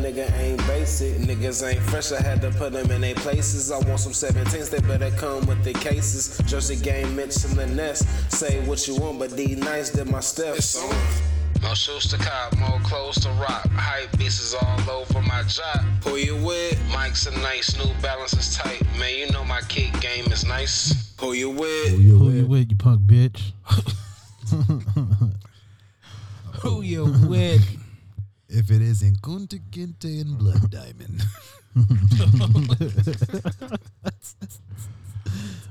nigga ain't basic. Niggas ain't fresh, I had to put them in their places. I want some 17s, they better come with the cases. Jersey game, Mitch in the nest. Say what you want, but these nights did my steps. More shoes to cop, more clothes to rock. Hype pieces all over my job. Who you with? Mike's a nice, new balance is tight. Man, you know my kick game is nice. Who you with? Who you with, you punk bitch? Who you with? If it isn't Kunta Kinte and Blood Diamond.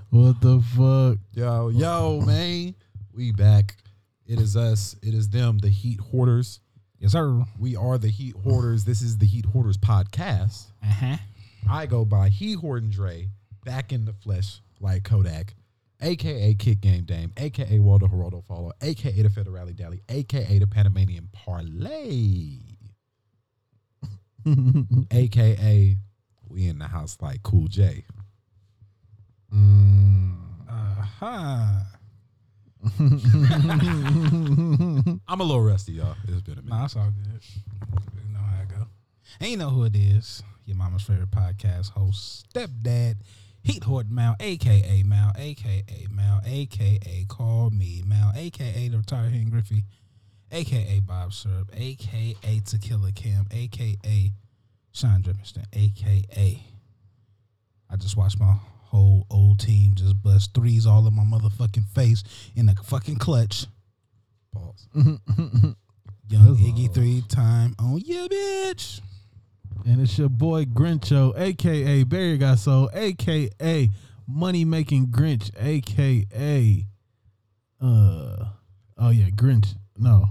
What the fuck? yo, yo, man. We back. It is us. It is them, the Heat Hoarders. Yes, sir. We are the Heat Hoarders. This is the Heat Hoarders podcast. Uh Uh-huh. huh. I go by He Hoarding Dre, back in the flesh like Kodak, aka Kick Game Dame, aka Waldo Geraldo Follow, aka the Federale Dally, aka the Panamanian Parlay, aka we in the house like Cool J. Uh-huh. Huh. I'm a little rusty, y'all. It's been a minute. Nah, that's all good. You know how I go. And you know who it is. Your mama's favorite podcast host, stepdad, Heat Horde Mal, aka Mal, aka Mal, aka Call Me Mal, aka the retired Hen Griffey, aka Bob Serb, aka Tequila Cam, aka Sean Drippinston, aka I just watched my whole old team just bust threes all in my motherfucking face in a fucking clutch. Pause. Young Iggy three time on you, bitch. And it's your boy Grincho, aka Barry Got Soul, aka Money Making Grinch, aka uh oh yeah, Grinch. No.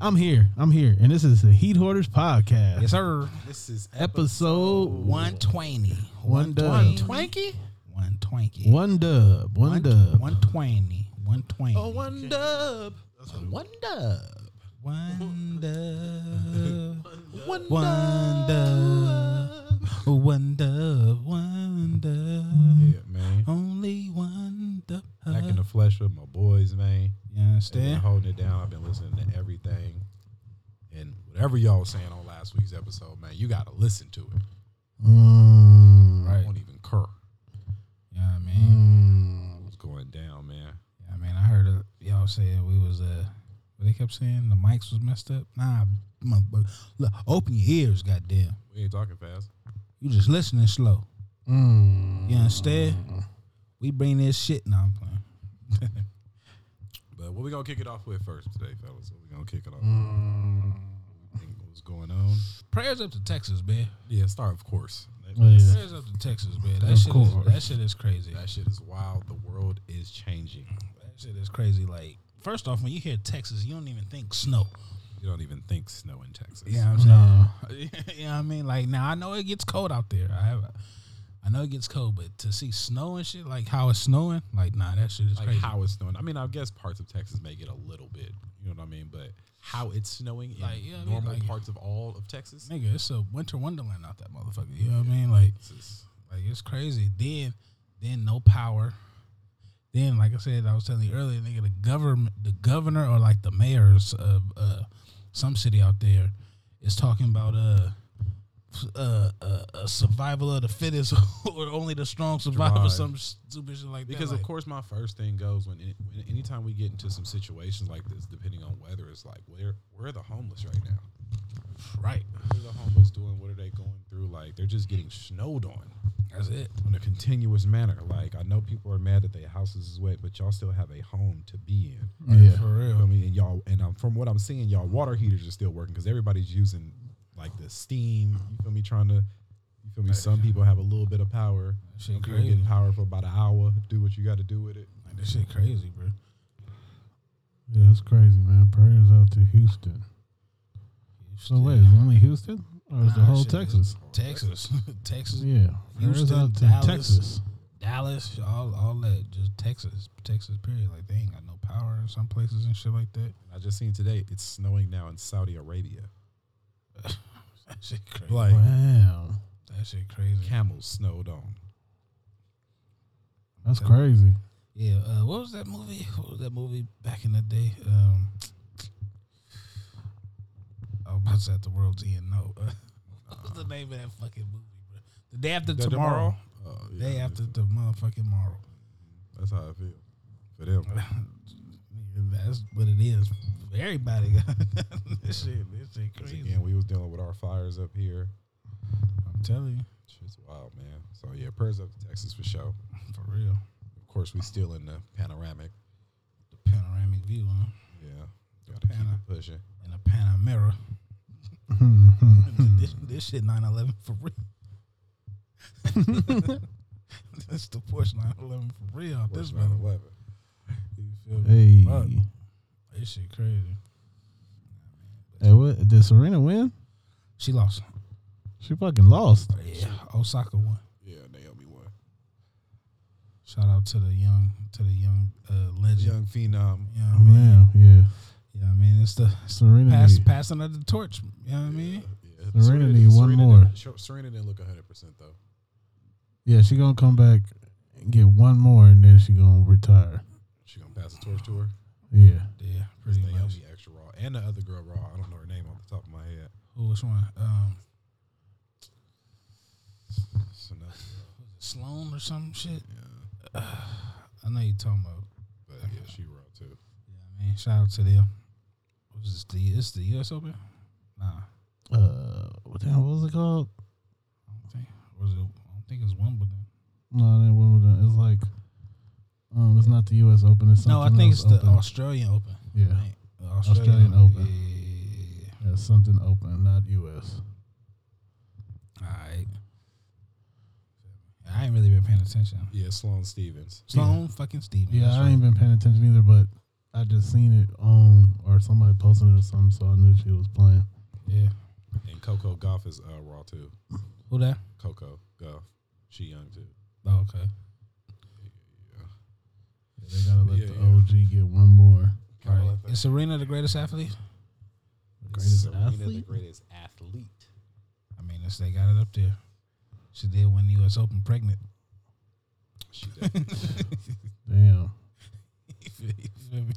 I'm here. I'm here. And this is the Heat Hoarders Podcast. Yes, sir. This is Episode one One twenty. One dub. twanky. One twanky. one dub. One, dub. One twenty. One twenty. Oh, one dub. One dub. One dub. One dub. One dub. One dub. One dub. Yeah, man. Only one dub. Back in the flesh with my boys, man. They've been You Mm-hmm. understand? holding it down. I've been listening to everything. And whatever y'all was saying on last week's episode, man, you got to listen to it. I Right. won't even cur. Yeah, I mean, What's going down, man? I mean, I heard uh, y'all saying we was uh, what they kept saying the mics was messed up. Nah, motherfucker, look, open your ears, goddamn. We ain't talking fast. You just listening slow. Mm. You understand? We bring this shit. Nah, I'm playing. But what we going to kick it off with first today, fellas? What we going to kick it off with? Think What's going on? Prayers up to Texas, man. Yeah, start, of course. That, Oh, yeah. Prayers up to Texas, man. That Of shit, is, course. that shit is crazy. that shit is wild. The world is changing. That shit is crazy. Like, first off, when you hear Texas, you don't even think snow. You don't even think snow in Texas. You know what I'm saying? you know what I mean? Like now I know it gets cold out there. I have I know it gets cold, but to see snow and shit, like how it's snowing, like nah, that shit is like crazy. how it's snowing. I mean, I guess parts of Texas may get a little bit, you know what I mean, but how it's snowing in Like, yeah, I mean, normal like- parts of all of Texas. Nigga, it's a winter wonderland out that motherfucker. You know what I mean? Like This is- like it's crazy. Then then no power. Then like I said, I was telling you earlier, nigga, the government the governor or like the mayors of uh some city out there is talking about uh uh, uh, uh, survival of the fittest, or only the strong survive, or Right. some stupid shit like that. because of like- course my first thing goes when, any- when anytime we get into some situations like this, depending on weather, it's like where where are the homeless right now? Right. What are the homeless doing? What are they going through? Like they're just getting snowed on That's it. on a continuous manner. Like I know people are mad that their houses is wet, but y'all still have a home to be in. Yeah. For You feel real. me? And y'all, and um, from what I'm seeing, y'all water heaters are still working because everybody's using like the steam. You feel me? Trying to You feel me? Some people have a little bit of power. shit Some people crazy. getting power for about an hour. Do what you got to do with it. Like, this shit crazy, bro. Yeah, that's crazy, man. Prayers out to Houston. So wait, is it only Houston or is the Nah, whole shit, Texas? Texas, Texas, Yeah, prayers Houston, out to Dallas. Texas. Dallas, all all that, just Texas, Texas. Period. Like they ain't got no power in some places and shit like that. I just seen today it's snowing now in Saudi Arabia. That shit crazy. Like Wow, that shit crazy. camels snowed on. that's crazy. Yeah. Uh, what was that movie? What was that movie back in the day? Um, I was about to say at the world's end. No. Uh, what was the name of that fucking movie, bro? The day after The tomorrow. Oh, yeah, Day after the motherfucking tomorrow. That's how I feel for them. That's what it is. for Everybody got this shit. This shit 'Cause crazy. again, we was dealing with our fires up here. I'm telling you, Shit's wild, man. So yeah, prayers up to Texas for sure. for real. Of course, we still in the panoramic. The panoramic view, huh? Yeah, gotta keep Pana. it pushing. And a Panamera. this, this shit 911 for real. That's the Porsche 911 for real. This This man, 9/11. you feel me? Hey, Fuck. This shit crazy. hey, what did Serena win? She lost. She fucking lost. Yeah, Osaka won. Yeah, Naomi won. Shout out to the young, to the young uh, legend. Young phenom. You know what I mean? Wow, yeah, You know what I mean? It's the Serena. pass, need- passing of the torch. You know what I mean? Yeah. Serena need one more. Didn't, Sh- Serena didn't look 100% though. Yeah, she gonna come back and get one more, and then she gonna retire. She gonna pass the torch to her. Yeah, Yeah, It's pretty much. Naomi extra raw. And the other girl raw. I don't know her name off the top of my head. Who which one? Um, It's another girl. Sloan or some shit. Yeah. I know you talking about. But yeah, she raw too. Yeah, I mean, shout out to them. What was this? The it's the U.S. Open? Nah, I uh, what the hell was it called? don't think. Or was it? I don't think it's Wimbledon. No, that Wimbledon. It's like, um, it's not the U.S. Open. It's No, I something think else it's the open. Australian Open. Yeah. I think. The Australian Yeah. Open. Yeah, something open, not U.S. All right. I ain't really been paying attention. Yeah, Sloane Stevens. Sloan fucking Stevens. Yeah, that's I right. ain't been paying attention either, but I just seen it on or somebody posted it or something, so I knew she was playing. Yeah. And Coco Golf is uh, raw too. Who that? Coco Golf. She young too. Oh, okay. They gotta let Yeah, the yeah. OG get one more. Carla, Is Serena the greatest athlete? Greatest Serena the athlete? greatest athlete. I mean, it's, they got it up there. She did win the U.S. Open pregnant. She definitely Damn. You feel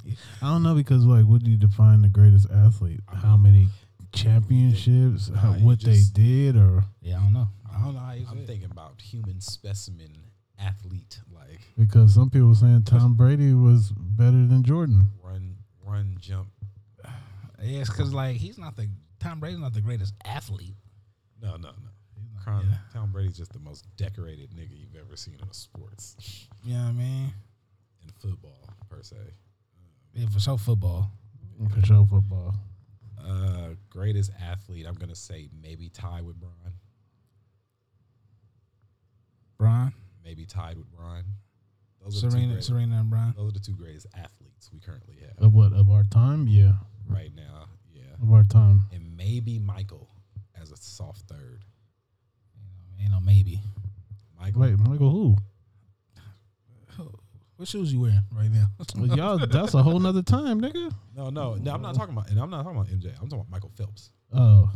me? I don't know because like, what do you define the greatest athlete? How many championships? How, Nah, you what they just- did or yeah, I don't know. I don't know how you I'm feel. thinking about human specimen athlete like because some people saying Tom Brady was better than Jordan. run, run, jump. Yeah, it's because like he's not the Tom Brady's not the greatest athlete. No, no, no. Con- Tom Brady's just the most decorated nigga you've ever seen in sports You know what I mean? in football per se. Yeah, for sure, football. For sure, football. Uh, greatest athlete, I'm gonna say maybe tied with Bron. Brian, Maybe tied with Bron. Those are the two Serena, great- Serena, and Brian. Oh. Those are the two greatest athletes we currently have Of what of our time? Yeah, right now. Yeah. of our time. And maybe Michael as a soft third. You know, maybe. Michael Wait, Michael, who? What shoes you wearing right now? Well, y'all, that's a whole nother time, nigga. No, no, no, I'm not talking about and I'm not talking about MJ. I'm talking about Michael Phelps. Oh,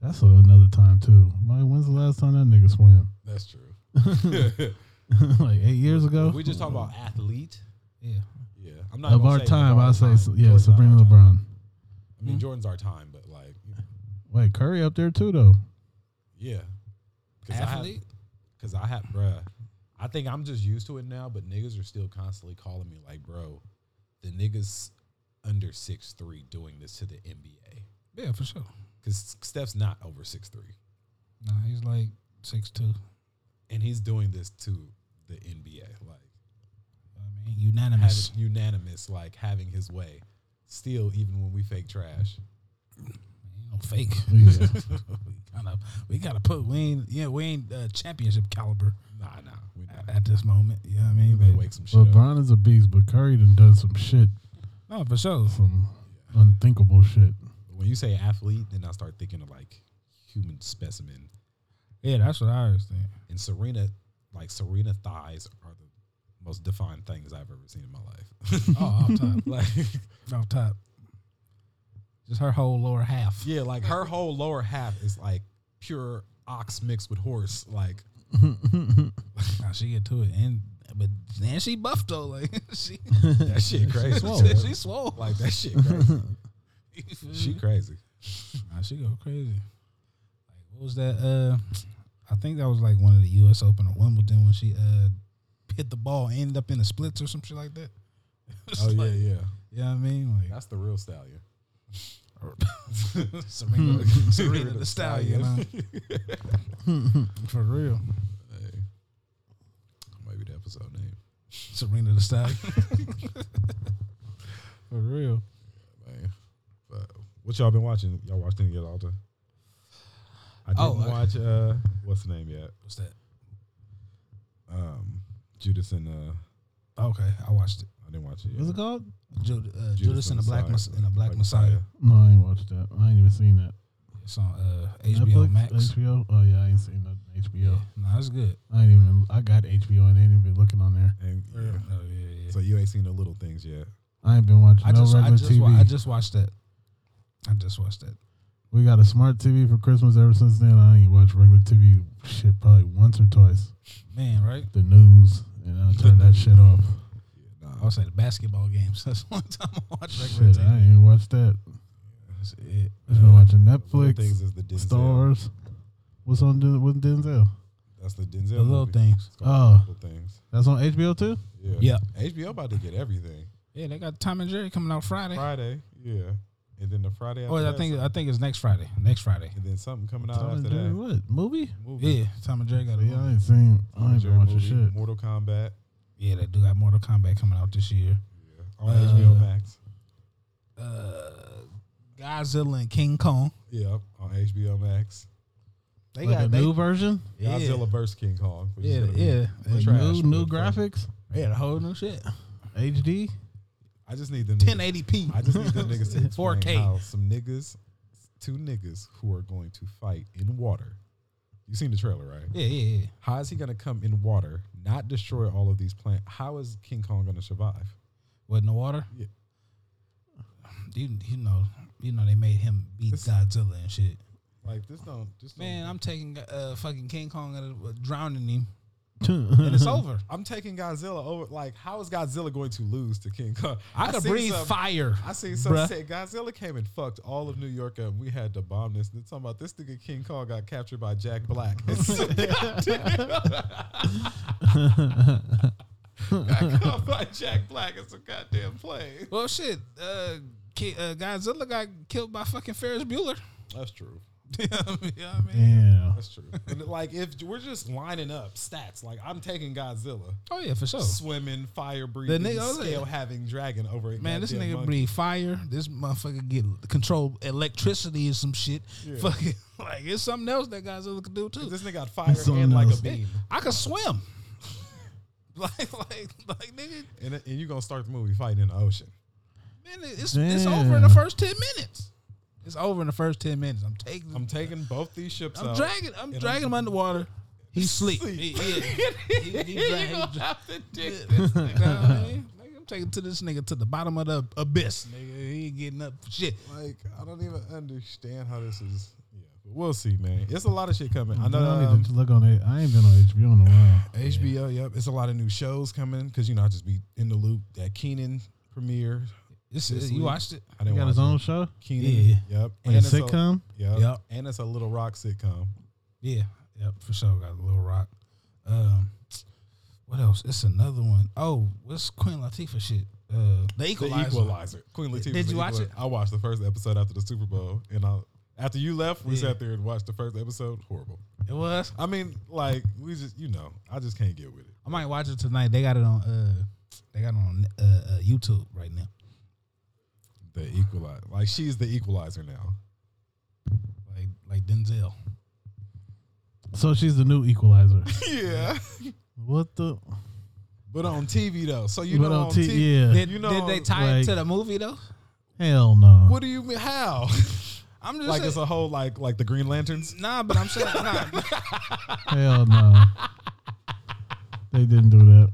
that's a, another time too. Like, when's the last time that nigga swam? That's true. like eight years ago. we just talk about athlete. yeah, Yeah. I'm not of gonna our say time. of I our say time. s yeah, Jordan's not Sabrina Mm-hmm. our time. LeBron. I mean Jordan's our time, but like Wait, Curry up there too though. yeah. Cause I athlete. have, cause I have bruh. I think I'm just used to it now, but niggas are still constantly calling me like, bro, the niggas under six three doing this to the NBA. Yeah, for sure. Cause Steph's not over six three. No, he's like six two. and he's doing this to the NBA, like I mean, unanimous. having, unanimous, like having his way. Still, even when we fake trash, You No fake. kind of, we gotta put. We ain't. Yeah, we ain't uh, championship caliber. Nah, nah. We not. At, at this moment, you know what I mean. They But- wake some shit up. LeBron is a beast, but Curry done done some shit, No, for sure. some unthinkable shit. When you say athlete, then I start thinking of like human specimen. Yeah, that's what I was thinking. And Serena, like Serena thighs are the most defined things I've ever seen in my life. Oh, off top, like off top. Just her whole lower half. yeah, like her whole lower half is like pure ox mixed with horse. Like Nah, she get to it, and but then she buffed though. Like she, that shit crazy. she swole. like that shit crazy. she crazy. Nah, she go crazy. Like what was that? Uh, I think that was like one of the U.S. Open or Wimbledon when she uh hit the ball, and ended up in the splits or some shit like that. It's Oh yeah, like- yeah. You know what I mean? Like That's the real stallion. Serena, Serena the Stallion, you know? for real. Maybe the episode name. Serena the Stallion, for real. Man. But what y'all been watching? Y'all watched any of Alta? I didn't Oh, I- watch uh what's the name yet? What's that? Um Judas and uh Okay, I watched it. I didn't watch it yet. What's it called? Judas, uh, Judas, and the Black Mess- and the Black Messiah. No, I ain't watched that. I ain't even seen that. It's on uh, HBO Max. Netflix? HBO. Oh yeah, I ain't seen that HBO. Nah, it's good. I ain't even. I got HBO and I ain't even looking on there. And, Oh, yeah. yeah, yeah. So you ain't seen the little things yet. I ain't been watching I no just, I regular just, TV. wa- I just watched that. I just watched that. we got a smart TV for Christmas. Ever since then, I ain't watched regular TV shit probably once or twice. Man, right? The news, and I turn that shit off. I was at the basketball games. That's the only time I watched regular Shit, I TV. ain't even watched that. That's it. I've been watching Little things Netflix, is the Denzel. Stars. What's on Den- with Denzel? That's the Denzel. The little movie. things. It's called Oh. little things. That's on HBO too. Yeah. Yeah. HBO about to get everything. Yeah, they got Tom and Jerry coming out Friday. Friday. Yeah. And then the Friday after Oh, I that, think I think it's next Friday. Next Friday. and then something coming out Tom and after Jerry, that. What movie? Movie. Yeah, Tom and Jerry got a Yeah, I movie. ain't seen. I ain't Jerry been watching movie, shit. Mortal Kombat Yeah, they do got Mortal Kombat coming out this year. Uh, on HBO Max. Godzilla and King Kong. Yeah, on HBO Max. They Like got a they, new version. Yeah. Godzilla vs King Kong. which is Yeah, gonna be- yeah. Like trash, new but new fun. graphics. Yeah, the whole new shit. HD. I just need them. niggas- 1080p. I just need them niggas to explain 4K. how some niggas, two niggas who are going to fight in water. You seen the trailer, right? Yeah, yeah, yeah. How is he gonna come in water, not destroy all of these plants? How is King Kong gonna survive? What in the water? Yeah. You, you know, you know they made him beat Godzilla and shit. Like this don't just Man, Don't, I'm taking uh fucking King Kong and uh, drowning him, and it's over. I'm taking Godzilla over. Like, how is Godzilla going to lose to King Kong? I could seen breathe some- fire. I seen some Bruh. say Godzilla came and fucked all of New York up. We had to bomb this. They're talking about this nigga King Kong got captured by Jack Black. got caught by Jack Black. It's a goddamn plane. Well, shit, uh, Ki- uh, Godzilla got killed by fucking Ferris Bueller. That's true. you know what I mean? Yeah. That's true. And like if we're just lining up stats, like I'm taking Godzilla, Oh yeah, for sure. swimming, fire breathing, The nigga- I was like- scale having dragon over a Man, this goddamn nigga monkey. breathe fire. This motherfucker get control electricity and some shit. Fucking like it's something else that Godzilla could do too. This nigga got fire Something and like else. a beam. I could swim. like, like, like, nigga, And, and you're gonna start the movie fighting in the ocean. man, it's, it's over in the Damn. first 10 minutes. It's over in the first 10 minutes. I'm taking, I'm I'm, taking both these ships out. dragging, I'm dragging him underwater. He's sleep. He, yeah. he, he drag- he dra- This nigga, you know what I mean? Nigga, I'm taking to this nigga to the bottom of the abyss, nigga. He ain't getting up for shit. Like, I don't even understand how this is. Yeah, but we'll see, man. It's a lot of shit coming. I know. I um, need to look on it. I ain't been on HBO in a while. HBO, yep. It's a lot of new shows coming because you know I just be in the loop. That Keenan premiere. This This is, you week. watched it? I didn't He got watch his own it. show, Keenan. Yep. like a it's sitcom. yep. Yep. And it's a Little Rock sitcom. Yeah, yep, for sure. Got a little rock. Um, what else? It's another one. Oh, what's Queen Latifah shit? Uh, the Equalizer. The Equalizer. Queen Latifah's Did you watch Equalizer. I watched the first episode after the Super Bowl, and I after you left, we Yeah. sat there and watched the first episode. Horrible. It was. I mean, like we just, you know, I just can't get with it. I might watch it tonight. They got it on. Uh, they got it on uh, uh, YouTube right now. The equalizer, like she's the equalizer now. like like Denzel. So she's the new equalizer. Yeah, what the? But on TV though, so you But know on on T- TV. yeah. did, You know, did they tie like- it to the movie though? Hell no. What do you mean? How? I'm just like saying, it's a whole like like the Green Lanterns. nah, but I'm saying nah, Hell no. they didn't do that.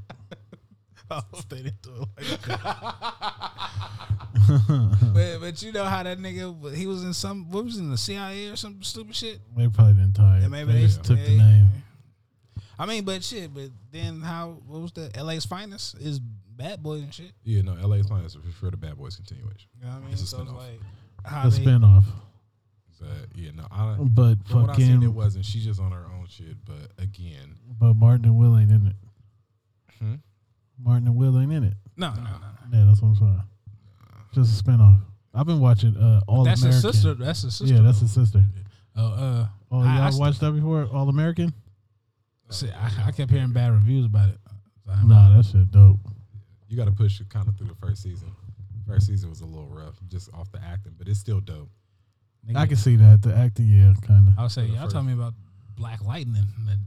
but but you know how that nigga he was in some what was he in the CIA or some stupid shit. They probably didn't tie it. Yeah, maybe they they- just took the they- name. I mean, but shit, but then how? What was the LA's finest is Bad Boy and shit. Yeah, no, LA's playing is for sure the Bad Boys continuation. You know what I mean? It's a so it's spinoff. like The how they, spinoff. But yeah, no, I But from what I seen, it fucking. wasn't. She's just on her own shit. But again, But Martin and Will ain't in it. Hmm? Martin and Will ain't in it. no, no, no, no. Yeah, that's what I'm saying. Just a spinoff. I've been watching uh, All That's American. his sister. That's his sister. Yeah, that's his sister. Oh, uh, Oh, I- I y'all st- watched that before? All American? see, I, I kept hearing bad reviews about it. I- Nah, that shit dope. you got to push kind of through the first season. First season was a little rough, just off the acting, but it's still dope. nigga, I can see that. The acting, yeah, kind I of. was saying, For the y'all tell me about Black Lightning. That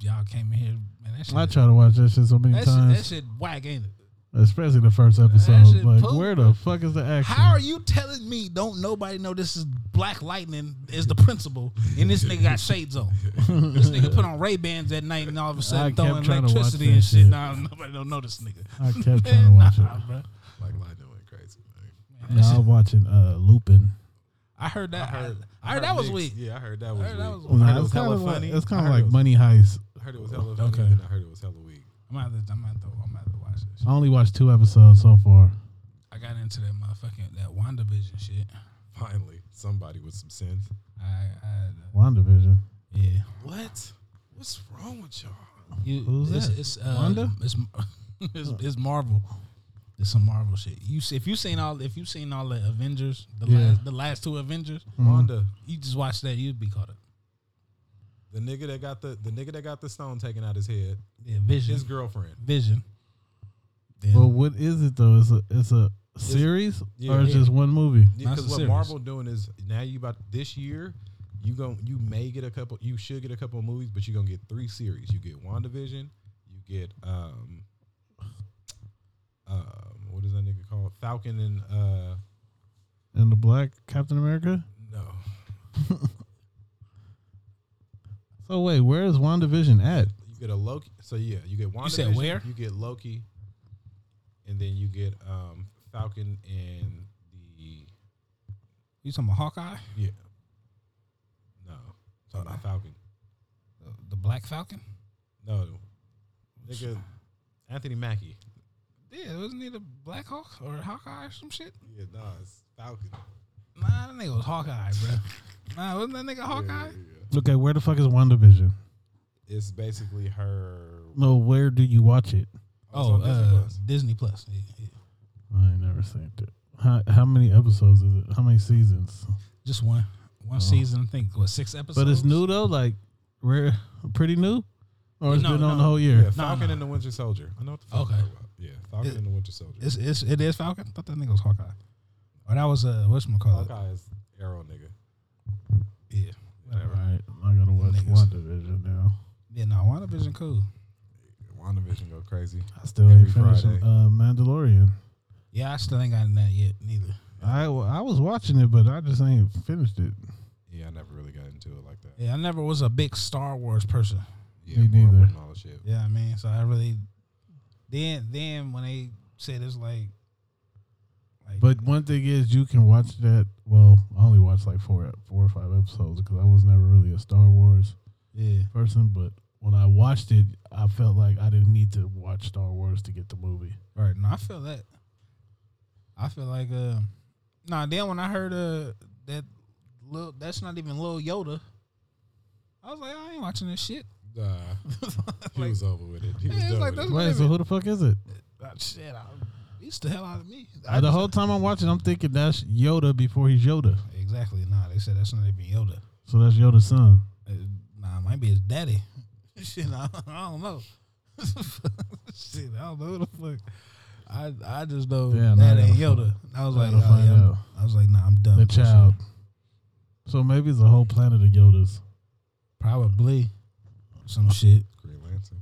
y'all came in here, man. That shit, I try to watch that shit so many that, shit, times, that shit whack, ain't it? especially the first episode. shit Like, poop, where the fuck is the action? How are you telling me? Don't nobody know this is Black Lightning is the principal, and this nigga got shades on. this nigga put on Ray Bans at night, and all of a I sudden kept throwing trying to watch electricity that and shit. shit. Nah, nobody don't know this nigga. I kept trying to watch Nah, it. bruh. Like lightning went crazy. Man. Nah, I'm watching uh, Lupin. I heard that. I heard, that was mixed. weak. Yeah, I heard that was heard that weak. was I heard it Nah, it's was kind hella of like, funny. it's I kinda heard like it was- Money Heist. I heard it was hella funny, Okay. and I heard it was hella weak. I'm gonna have to, I'm gonna have to, I'm gonna have to watch this. I only watched two episodes so far. I got into that motherfucking that WandaVision shit. Finally, somebody with some sense. I, I WandaVision. yeah. What? What's wrong with y'all? You, Who's it's, that? It's uh, Wanda? It's, it's it's Marvel. It's some Marvel shit. You see, if you seen all if you seen all the Avengers, the Yeah. Mm. last the last two Avengers, Wanda, you just watch that, you'd be caught up. the nigga that got the the nigga that got the stone taken out his head, Yeah, Vision, his girlfriend. Vision. Then But what is it though? Is a it's a series or it's yeah. just one movie? That's Because the what series. Marvel doing is now you about this year, you gon' you may get a couple, you should get a couple of movies, but you're gonna get three series. You get WandaVision, you get um, um, what is that nigga called? Falcon and uh, And the Black Captain America. no, So wait, where is WandaVision at? you get a Loki. So yeah, you get WandaVision. said where? You get Loki, and then you get um Falcon and the you talking about Hawkeye, yeah, no, talking about Falcon. the, the Black Falcon? No, nigga, Anthony Mackie. Yeah, wasn't he the Black Hawk or Hawkeye or some shit? Yeah, nah, it's Falcon. Nah, that nigga was Hawkeye, bro. nah, wasn't that nigga Hawkeye? Okay, where the fuck is WandaVision? It's basically her. No, where do you watch it? Oh, Oh, it's on Disney uh, Plus. Disney Plus. Yeah, yeah. I ain't never seen it. How, how many episodes is it? How many seasons? Just one, one season. I think what six episodes. Oh. But it's new though, like we're pretty new, or it's No, been on no. the whole year. Yeah, Falcon and the Winter Soldier. I know what the fuck. Okay. you're talking about. Yeah, Falcon It- and the Winter Soldier. It's, it's it is Falcon. I thought that nigga was Hawkeye. Or that was uh what's call it? Hawkeye is Arrow, nigga. Yeah, All whatever. right, I gotta watch Niggas. WandaVision now. Yeah, no, WandaVision cool. WandaVision go crazy. I still Every ain't finishing Friday. uh, Mandalorian. Yeah, I still ain't gotten that yet neither. I, I was watching it, but I just ain't finished it. Yeah, I never really got into it like that. Yeah, I never was a big Star Wars person. Yeah, Me Marvel neither. And all the shit. Yeah, I mean, so I really then then when they said it's like, like But one thing is, you can watch that. Well, I only watched like four, four or five episodes because I was never really a Star Wars yeah, person. But when I watched it, I felt like I didn't need to watch Star Wars to get the movie. right. No, I feel that. I feel like uh, nah. Then when I heard uh that little that's not even Lil Yoda, I was like, I ain't watching this shit. Nah, he was over with it. He was Yeah, it's done like with it. that's- Wait, so who the fuck is it? Ah, shit, I beats the hell out of me. Uh, the whole time I'm watching, I'm thinking that's Yoda before he's Yoda. Exactly. Nah, they said that's not even Yoda. So that's Yoda's son. Uh, Nah, it might be his daddy. Shit, I, I don't know. Shit, I don't know who the fuck. I I just know Damn, I that gotta ain't find- Yoda. I was I like, gotta oh, find yeah, I'm- out. I was like, nah, I'm done. The with this child. shit. So maybe it's a whole planet of Yodas. Probably some shit. Green Lantern.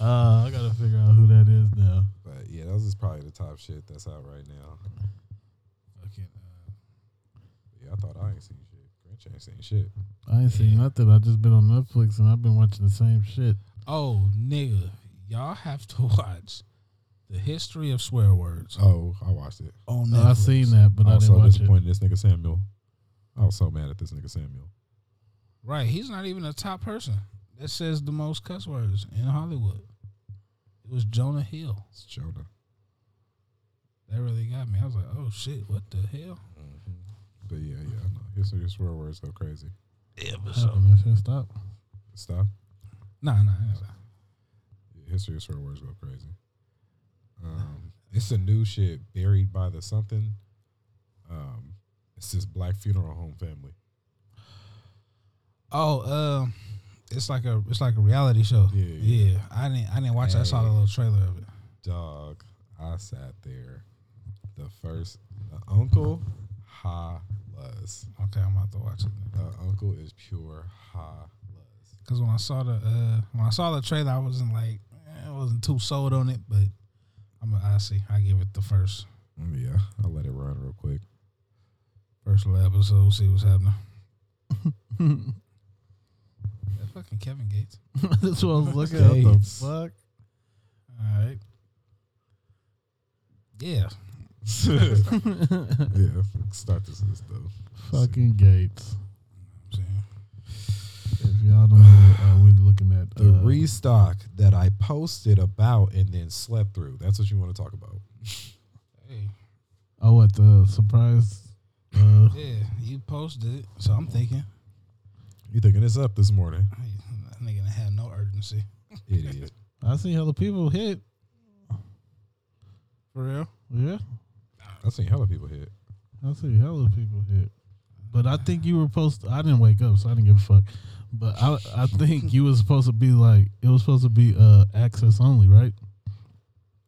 Uh, I gotta figure out who that is now. But yeah, those is probably the top shit that's out right now. Fucking, Yeah, I thought I ain't seen shit. Grinch ain't seen shit. I ain't seen nothing. I just been on Netflix and I've been watching the same shit. uh, oh, nigga, y'all have to watch the history of swear words Oh, I watched it. on No, Oh, I Netflix. seen that, but I I was didn't so watch it. disappointed in this nigga Samuel. I was so mad at this nigga Samuel. Right, he's not even a top person that says the most cuss words in Hollywood. It was Jonah Hill. It's Jonah. That really got me. I was like, oh shit, what the hell? But yeah, yeah, I know. History of swear words go crazy. Yeah, but So so that shit stop. Stop. nah, nah. it's- Yeah, history of swear words go crazy. Um, it's a new shit buried by the something. Um, it's this black funeral home family. Oh, um, it's like a it's like a reality show. Yeah, yeah. I didn't I didn't watch. it. I saw the little trailer of it. Dog, I sat there. The first the uncle, ha was. Okay, I'm about to watch it The uncle is pure ha. because when I saw the uh when I saw the trailer, I wasn't like eh, I wasn't too sold on it, but I'm a, I see. I give it the first Yeah, I'll let it run real quick. first little episode. See what's happening. that fucking Kevin Gates. That's what I was looking at. What the Gates. fuck? All right. Yeah. Yeah, start this list though. Fucking Gates. I'm saying. If y'all don't know, uh, we looking at The uh, restock that I posted about and then slept through. That's what you want to talk about. Hey. oh, what the surprise? Uh, Yeah. You posted it, so I'm thinking You thinking it's up this morning? hey, that nigga done had no urgency. Idiot. I seen hella people hit. For real? Yeah, I've seen hella people hit. I see hella people hit. But I think you were supposed. To, I didn't wake up, so I didn't give a fuck. But I, I think you was supposed to be like it was supposed to be uh access only, right?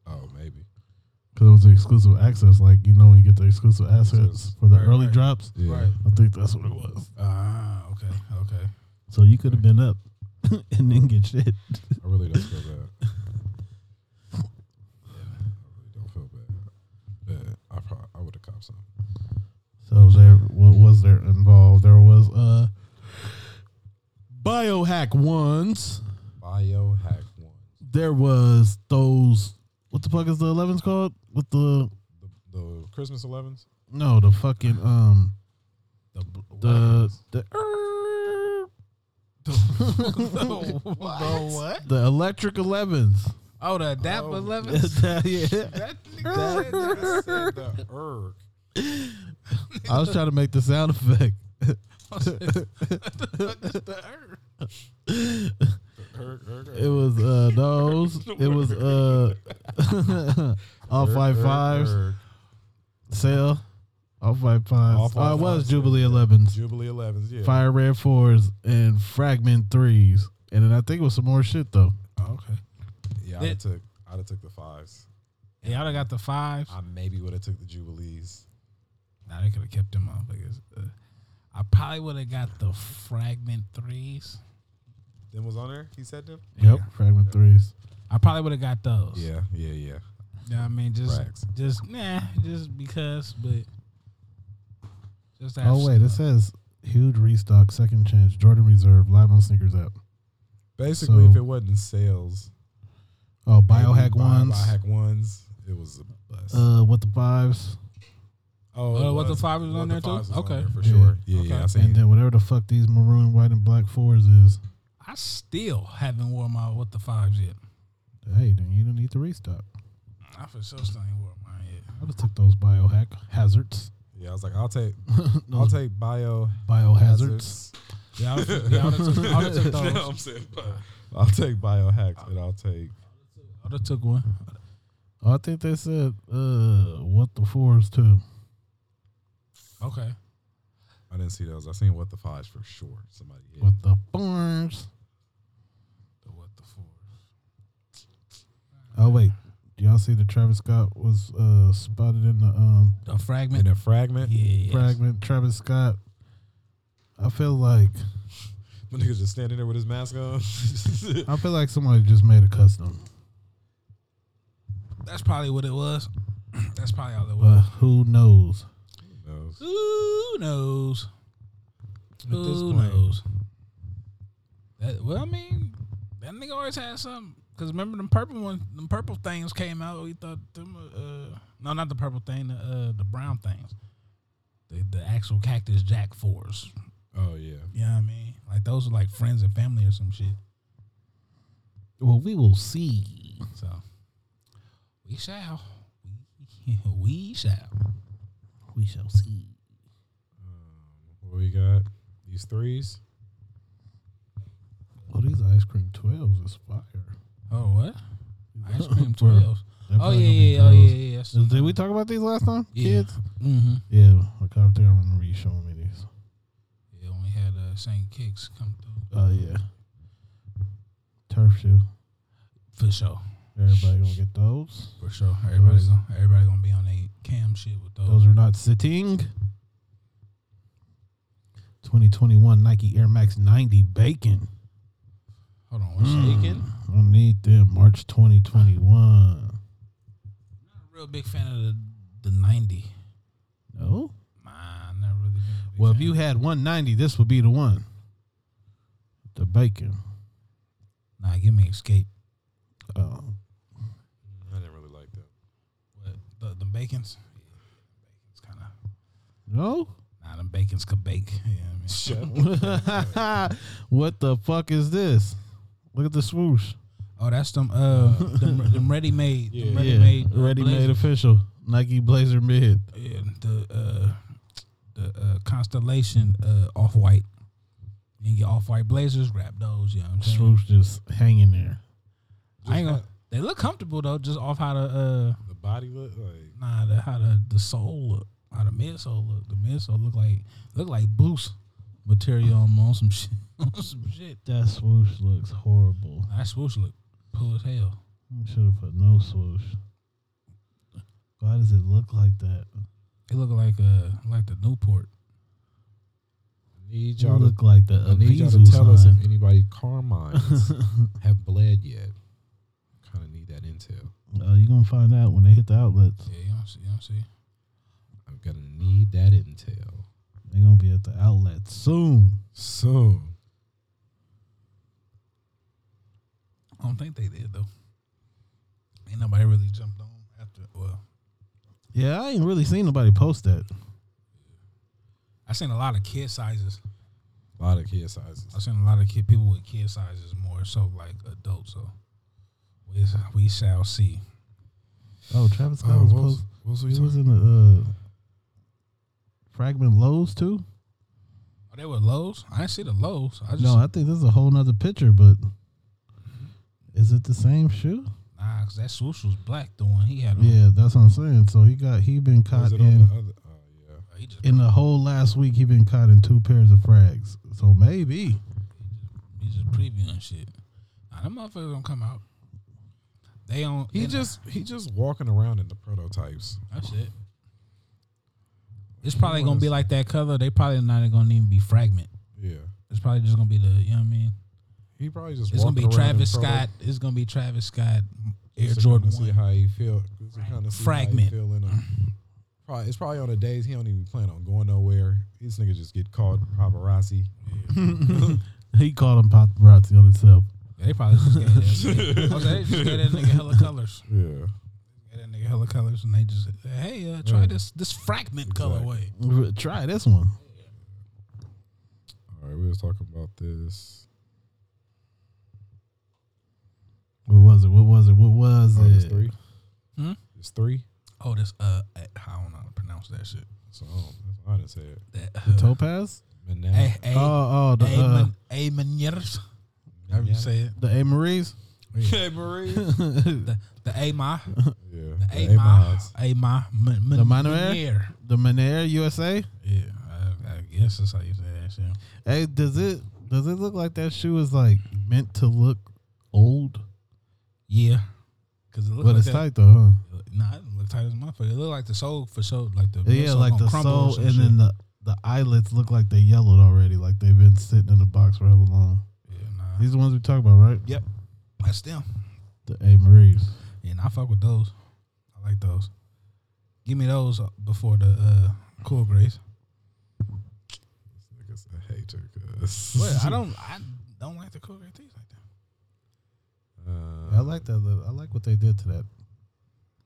Oh, maybe. Because it was exclusive access. Like you know when you get the exclusive assets for the Right, early right. drops. Yeah. Right. I think that's what it was. Ah, okay, okay. So you could have been up and didn't get shit. I really don't feel bad. I really don't feel bad. But I probably I would have copped some. So there, what was there involved? There was uh biohack ones. Biohack one. There was those. What the fuck is the elevens called? With the The, the Christmas 11s. no, the fucking um The the the what? the electric elevens. Oh, the DAP 11? yeah, That nigga said that. the erg. I was trying to make the sound effect. Erg, erg, erg. It was uh those. It was uh all five fives. Erg. Sale. All five fives. All five oh, it was fives, Jubilee Elevens, Jubilee 11s. Yeah. Fire Red Fours, and Fragment Threes. And then I think it was some more shit though. okay. Yeah, I'd have took I'd have took the fives. Hey, y'all done got the fives. I maybe would have took the Jubilees. Nah, they could have kept them up. I guess. Uh, I probably would have got the fragment threes. Them was on there. He said them. Yep, Fragment Threes. I probably would have got those. Yeah, yeah, yeah. You know what I mean? Just, Frags. just, nah, just because, but just that. Oh wait, it says huge restock, second chance, Jordan Reserve, live on sneakers app. Basically, So- if it wasn't sales, Oh, biohack Bi- ones. biohack ones, it was a bust. Uh, what the fives, oh, uh, it what the five was What on the there too? fives was on Okay. there for Yeah. sure. Yeah, Okay. yeah, I and seen. it. then whatever the fuck these maroon, white, and black fours is. I still haven't worn my what the fives yet. Hey, then you don't need to restock. I for sure still ain't worn mine yet. I just took those biohack hazards. Yeah, I was like, I'll take, I'll Those take bio biohazards. Yeah, I would've- yeah, I would've took- I would've took those. I'm saying, bio- I'll take biohacks, and I'll take. I would've took one. Oh, I think they said uh, what the fours too. Okay. I didn't see those. I seen what the fives for sure. Somebody hit. What the fours? The what the four? Oh wait, do y'all see that Travis Scott was uh, spotted in the um, A in fragment. a fragment. yeah. fragment. Travis Scott. I feel like My nigga's just standing there with his mask on. I feel like somebody just made a custom. That's probably what it was. That's probably all it But was. who knows? No. Who knows? Who this point- knows? That, well, I mean, that nigga always had something. Cause remember them purple one, them purple things came out. We thought them, uh, no, not the purple thing, the uh, the brown things, the the actual cactus jack fours. Oh yeah. You know what I mean? Like those are like friends and family or some shit. Well, we will see. So we shall, we, we shall. We shall see. What we got? These threes. Oh, these ice cream twelves is fire. Oh what? Ice cream Bro, twelve. they're Oh probably yeah, gonna be yeah, oh girls. yeah, yeah. That's Did we talk about these last time? Yeah. Kids? Mm-hmm. Yeah. Okay, I think I remember you showing me these. Yeah, when we had uh, St. Kicks come through. Oh yeah. Turf shoe. For sure. Everybody gonna get those. For sure. Everybody's gonna, everybody gonna be on their cam shit with those. Those are not sitting. 2021 Nike Air Max 90 Bacon. Hold on, we're shaking. I need them March 2021. Real big fan of the, the 90. No? Nah, not really. been a big Well, if fan. you had 190, this would be the one. The bacon. Nah, give me Escape. Oh, I didn't really like that. What, the, the bacons? Yeah, bacon's kind of. no? Nah, them bacons could bake. Yeah, I mean. what the fuck is this? Look at the swoosh. Oh, that's them, uh, them, them ready made. Yeah. them uh, ready made. ready made official. Nike Blazer mid. Yeah, the uh, the uh, constellation uh, off white. You can get off white blazers, wrap those. You know what I'm saying? Swoosh just hanging there. I ain't gonna, they look comfortable though, just off how the uh, The body look like nah, the, how the the sole look, how the midsole look. The midsole look like look like boost material on, on some shit. on some shit. That swoosh looks horrible. That swoosh look cool as hell. Should have put no swoosh. Why does it look like that? It look like uh like the Newport. need You y'all to, look like the I need y'all to Avizu tell us sign. if anybody's car mines have bled yet. Kind of need that intel. Uh, you gonna find out when they hit the outlets. Yeah, you don't see, you don't see. I'm gonna need that intel They gonna be at the outlet soon. soon. I don't think they did though. Ain't nobody really jumped on after. Well, Yeah, I ain't really seen nobody post that. I seen a lot of kid sizes. A lot of kid sizes. I seen a lot of kid people with kid sizes more so like adults. So we we shall see. Oh, Travis Scott Oh, was what was- post. what was we he talking- was in the uh, Fragment Lowe's too. Oh, they were lows. I didn't see the lows. I just No, I think this is a whole nother picture, but is it the same shoe? nah, 'cause that swoosh was black. The one he had on. Yeah, that's what I'm saying. So he got he been Was caught it on the in other? Oh yeah. He just in the whole last week. He been caught in two pairs of frags. So maybe he just previewing shit. Nah, them motherfuckers don't come out. They on. He they not- just he just walking around in the prototypes. That's it. It's probably gonna be like that color. They probably not gonna even be fragment. Yeah. It's probably just gonna be the you know what I mean. He probably just. It's gonna be walking around in Travis proto- Scott. It's gonna be Travis Scott Air just to Jordan kinda see one. how he feel. just to kinda see how he Fragment. feel in a- probably, it's probably on the days he don't even plan on going nowhere. These niggas just get called paparazzi. he called him paparazzi on himself. Yeah, they probably just gave that, shit. Oh, they just gave that nigga hella colors. Yeah. Gave that nigga hella colors, and they just hey, uh, try Right. this this fragment colorway. R- Try this one. All right, we was talking about this. What was it? What was it? What was Oh, it's it? three. Hmm? It's three. Oh, this uh, I don't know how to pronounce that shit. So I, don't, that's why I didn't say it. That The uh, topaz? Menage. a Oh, a oh, the a uh, man- a maniers. However you Menage. say it. the A Marie's. Hey, Marie. yeah. The the a ma The a ma A-mods. a ma m- The m- Monterey? manier. The Monere USA. Yeah, I, I guess that's how you say that shit. Hey, does it does it look like that shoe is like meant to look old? Yeah, Because it looked But like it's that- tight though, huh? Nah, it looked tight as a motherfucker. It looked like the soul for sure, like the Yeah, soul like gonna the crumble or soul some and shit. then the, the eyelets look like they yellowed already, like they've been sitting in the box for hella long. yeah, nah. These are the ones we talk about, right? Yep, that's them. The A Marie's. Yeah, and I fuck with those. I like those. Give me those before the uh, cool grays. Nigga's a hater, Well, cuz. I don't, I don't like the cool gray things like that. I Uh, like that. though. I like what they did to that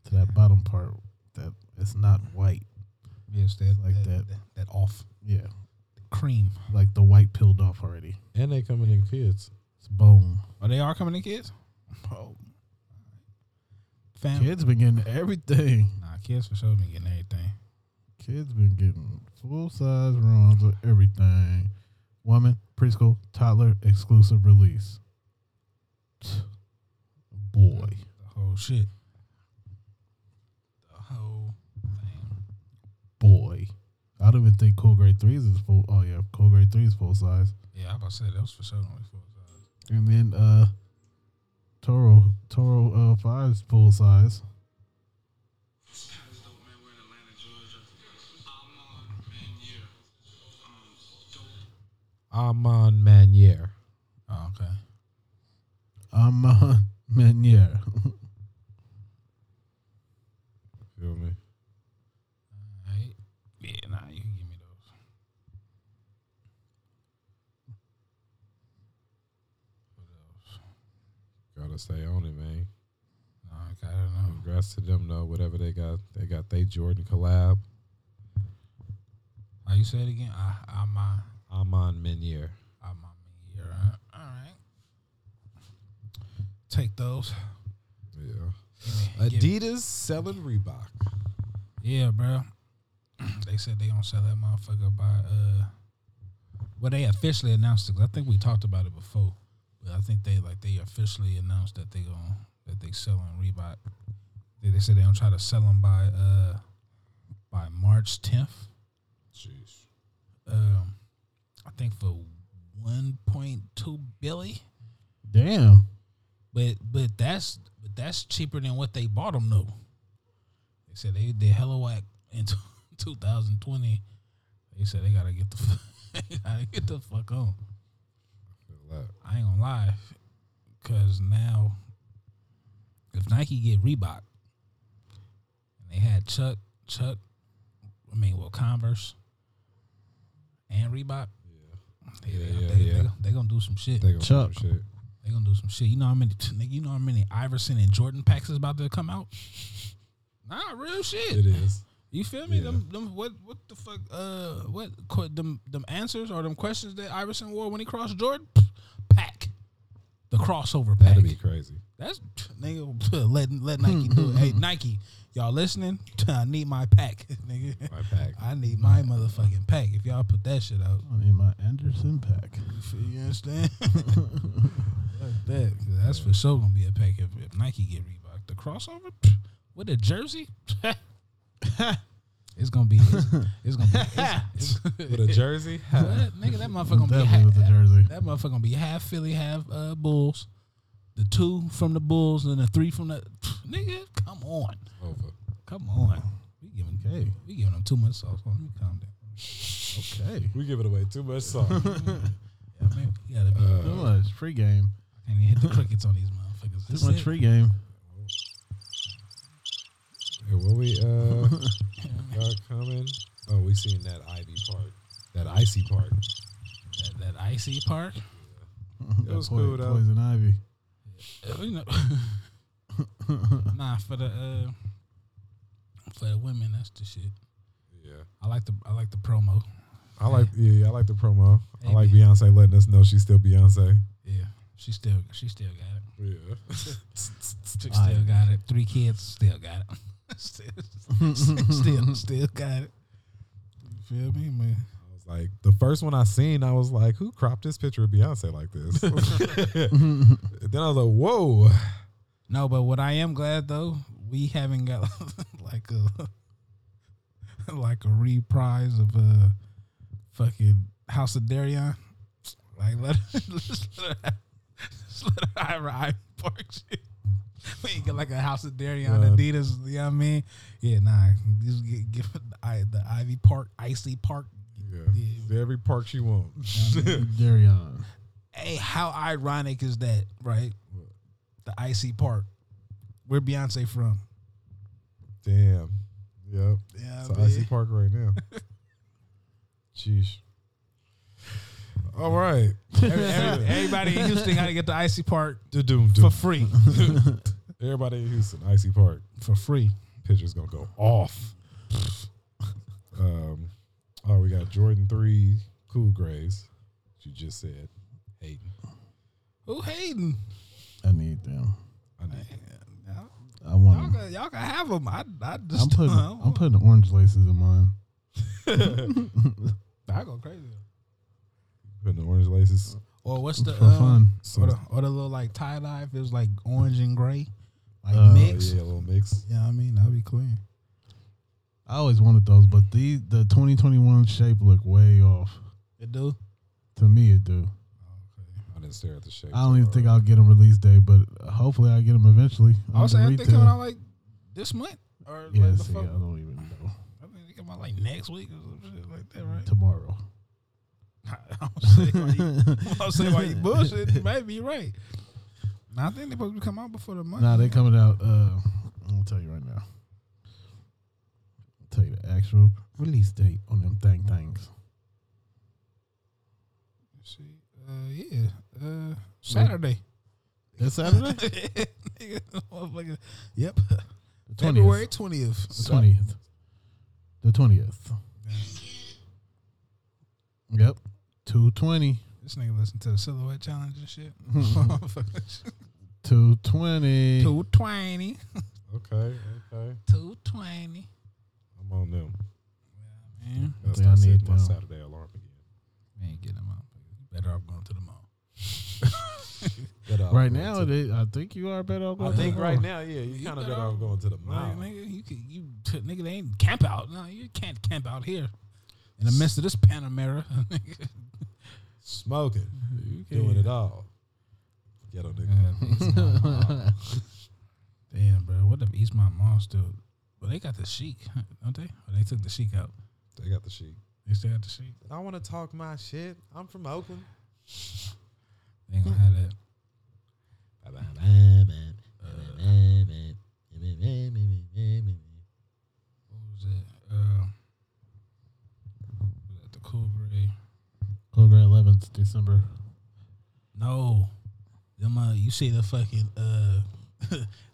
to that bottom part. That it's not white. Yes, that Like that, that. that that off Yeah, cream. like the white peeled off already. and they coming in kids. It's bone. Are they all coming in kids? Oh, fam. Kids been getting everything. Nah, kids for sure been getting everything. Kids been getting full size runs of everything. Woman, preschool, toddler, exclusive release. Boy. The whole shit. The whole thing. boy. I don't even think Cool Grade Threes is full. Oh yeah, Cool Grade Three is full size. Yeah, I about to say that was for sure only four size. And then uh, Toro Toro uh Five is full size. Amon Manier. Oh, okay. I'm on Menier. Feel me? Right? Yeah, nah, you can give me those. Gotta stay on it, man. Nah, I gotta know. Congrats to them though. Whatever they got, they got they Jordan collab. How you say it again? Ah, I, I, my, Amon Menier. I, my, me. All right. All right. Take those. Yeah. Give me- give me- Adidas selling Reebok. Yeah, bro. they said they gonna sell that motherfucker by uh well they officially announced it. 'cause I think we talked about it before. But I think they like they officially announced that they gonna that they selling Reebok. They, they said they gonna try to sell them by uh by March tenth. Jeez. Um I think for one point two billion. Damn. But but that's but that's cheaper than what they bought them though. They said they did hella whack in 2020. They said they gotta get the f- they gotta get the fuck on. I ain't gonna lie, cause now if Nike get Reebok, and they had Chuck Chuck, I mean well Converse and Reebok. Yeah, they, Yeah, yeah, they, yeah. They, they gonna do some shit. They gonna Chuck. Chuck. shit. They gonna do some shit. You know how many nigga, you know how many Iverson and Jordan packs is about to come out? Nah, real shit. It is. You feel me? Yeah. Them them what what the fuck uh what qu- them them answers or them questions that Iverson wore when he crossed Jordan? Pack. The crossover pack. That'd be crazy. That's nigga let let Nike do it. Hey Nike, y'all listening? I need my pack, nigga. My pack. I need my motherfucking pack. If y'all put that shit out, I need my Anderson pack. you feel- you understand? Like that, 'cause that's for sure gonna be a pack if, if Nike get Reebok. The crossover pff, with a jersey, it's gonna be it's, it's gonna be it's, it's- With a jersey. What? nigga. That motherfucker gonna be Definitely with the half, jersey. that motherfucker gonna be half Philly, half uh, Bulls. The two from the Bulls and the three from the nigga. Come on, Over. come on. We giving Okay. we giving them too much sauce. Let me calm down. Okay. We giving away too much sauce. Yeah, man, you gotta be. Too much free game. and you hit the crickets on these motherfuckers. Too That's much it. free game. Hey, what we uh got coming? Oh, we seen that Ivy part, that icy part. That, that icy part. It was Poi- cool though. Poison Ivy. Uh, you know, nah, for the uh, for the women, that's the shit. Yeah, I like the I like the promo. I like yeah, yeah, I like the promo. I Hey, like man. Beyonce letting us know she's still Beyonce. Yeah, she still she still got it. Yeah, Still got it. Three kids, still got it. still, still, still got it. You feel me, man? I was like the first one I seen, I was like, who cropped this picture of Beyonce like this? then I was like, whoa, No, but what I am glad though, we haven't got like a like a reprise of uh fucking House of Darion. Like let her, just let her, just let her Ira Ivan Park shit. We ain't got like a House of Darion Adidas. You know what I mean? Yeah, nah. Just get, give it the, I- the Ivy Park, Icy Park. Yeah. Every park she wants. Darion. Hey, how ironic is that, right? The Icy Park. Where Beyonce from? Damn. Yep. Yeah, It's an man. icy park right now. Jeez. All right. Every- every- everybody in Houston got to get the Icy Park Du-dum-dum. for free. Everybody in Houston, icy park for free. Picture's gonna go off. um, oh, we got Jordan three cool grays. You just said hating. Who hating? I need them. I need I want Y'all them. can, y'all can have them. I, I just uh, I'm putting, I don't I'm putting orange laces in mine. I go crazy. putting the orange laces. Or what's the For uh, fun. Or the, or the little like tie dye if it was like orange and gray, like Uh, Oh, mixed. yeah, a little mix. You know what I mean? That'd be clean. I always wanted those, but the the 2021 shape look way off. It do. To me, it do. I didn't stare at the shape. I don't even think I'll get them release day, but hopefully I get them eventually. I was saying under I think they retail. coming out like this month or Yeah, like the see, fuck. I don't even know. I think they come out like next week or some shit like that, right? Tomorrow. I don't say why you, I don't say why you bullshit. You might be right. Nah, I think they supposed to come out before the month. Nah, they coming out. Uh, I'm gonna tell you right now. I'll tell you the actual release date on them thing things. Shit. Uh, yeah. Uh, Saturday. It's Saturday, Nigga, motherfucker. yep. the 20th. February twentieth. The twentieth. The twentieth. Yep. Two twenty. This nigga listen to the silhouette challenge and shit. Two twenty. 220. Okay, okay. 220. I'm on them. Man, I think I start setting need my them. Saturday alarm again. man, get him out. Better off going to the mall. Better off Right going now, to- it is, I think you are better. off I going think to- right now, yeah, you kind of better better off off- going to the mall. Like, nigga, you could, you nigga, they ain't camp out. No, you can't camp out here in the midst of this Panamera. nigga. Smoking, You can't- doing it all. Ghetto nigga. Damn, bro, what if East Mount Mall still? Well, they got the chic, don't they? Or they took the chic out. They got the sheet. They still got the chic. I want to talk my shit. I'm from Oakland. They ain't gonna have that. What was that? Uh, was that the cool gray? Cobra 11th, December. No. Them uh you see the fucking uh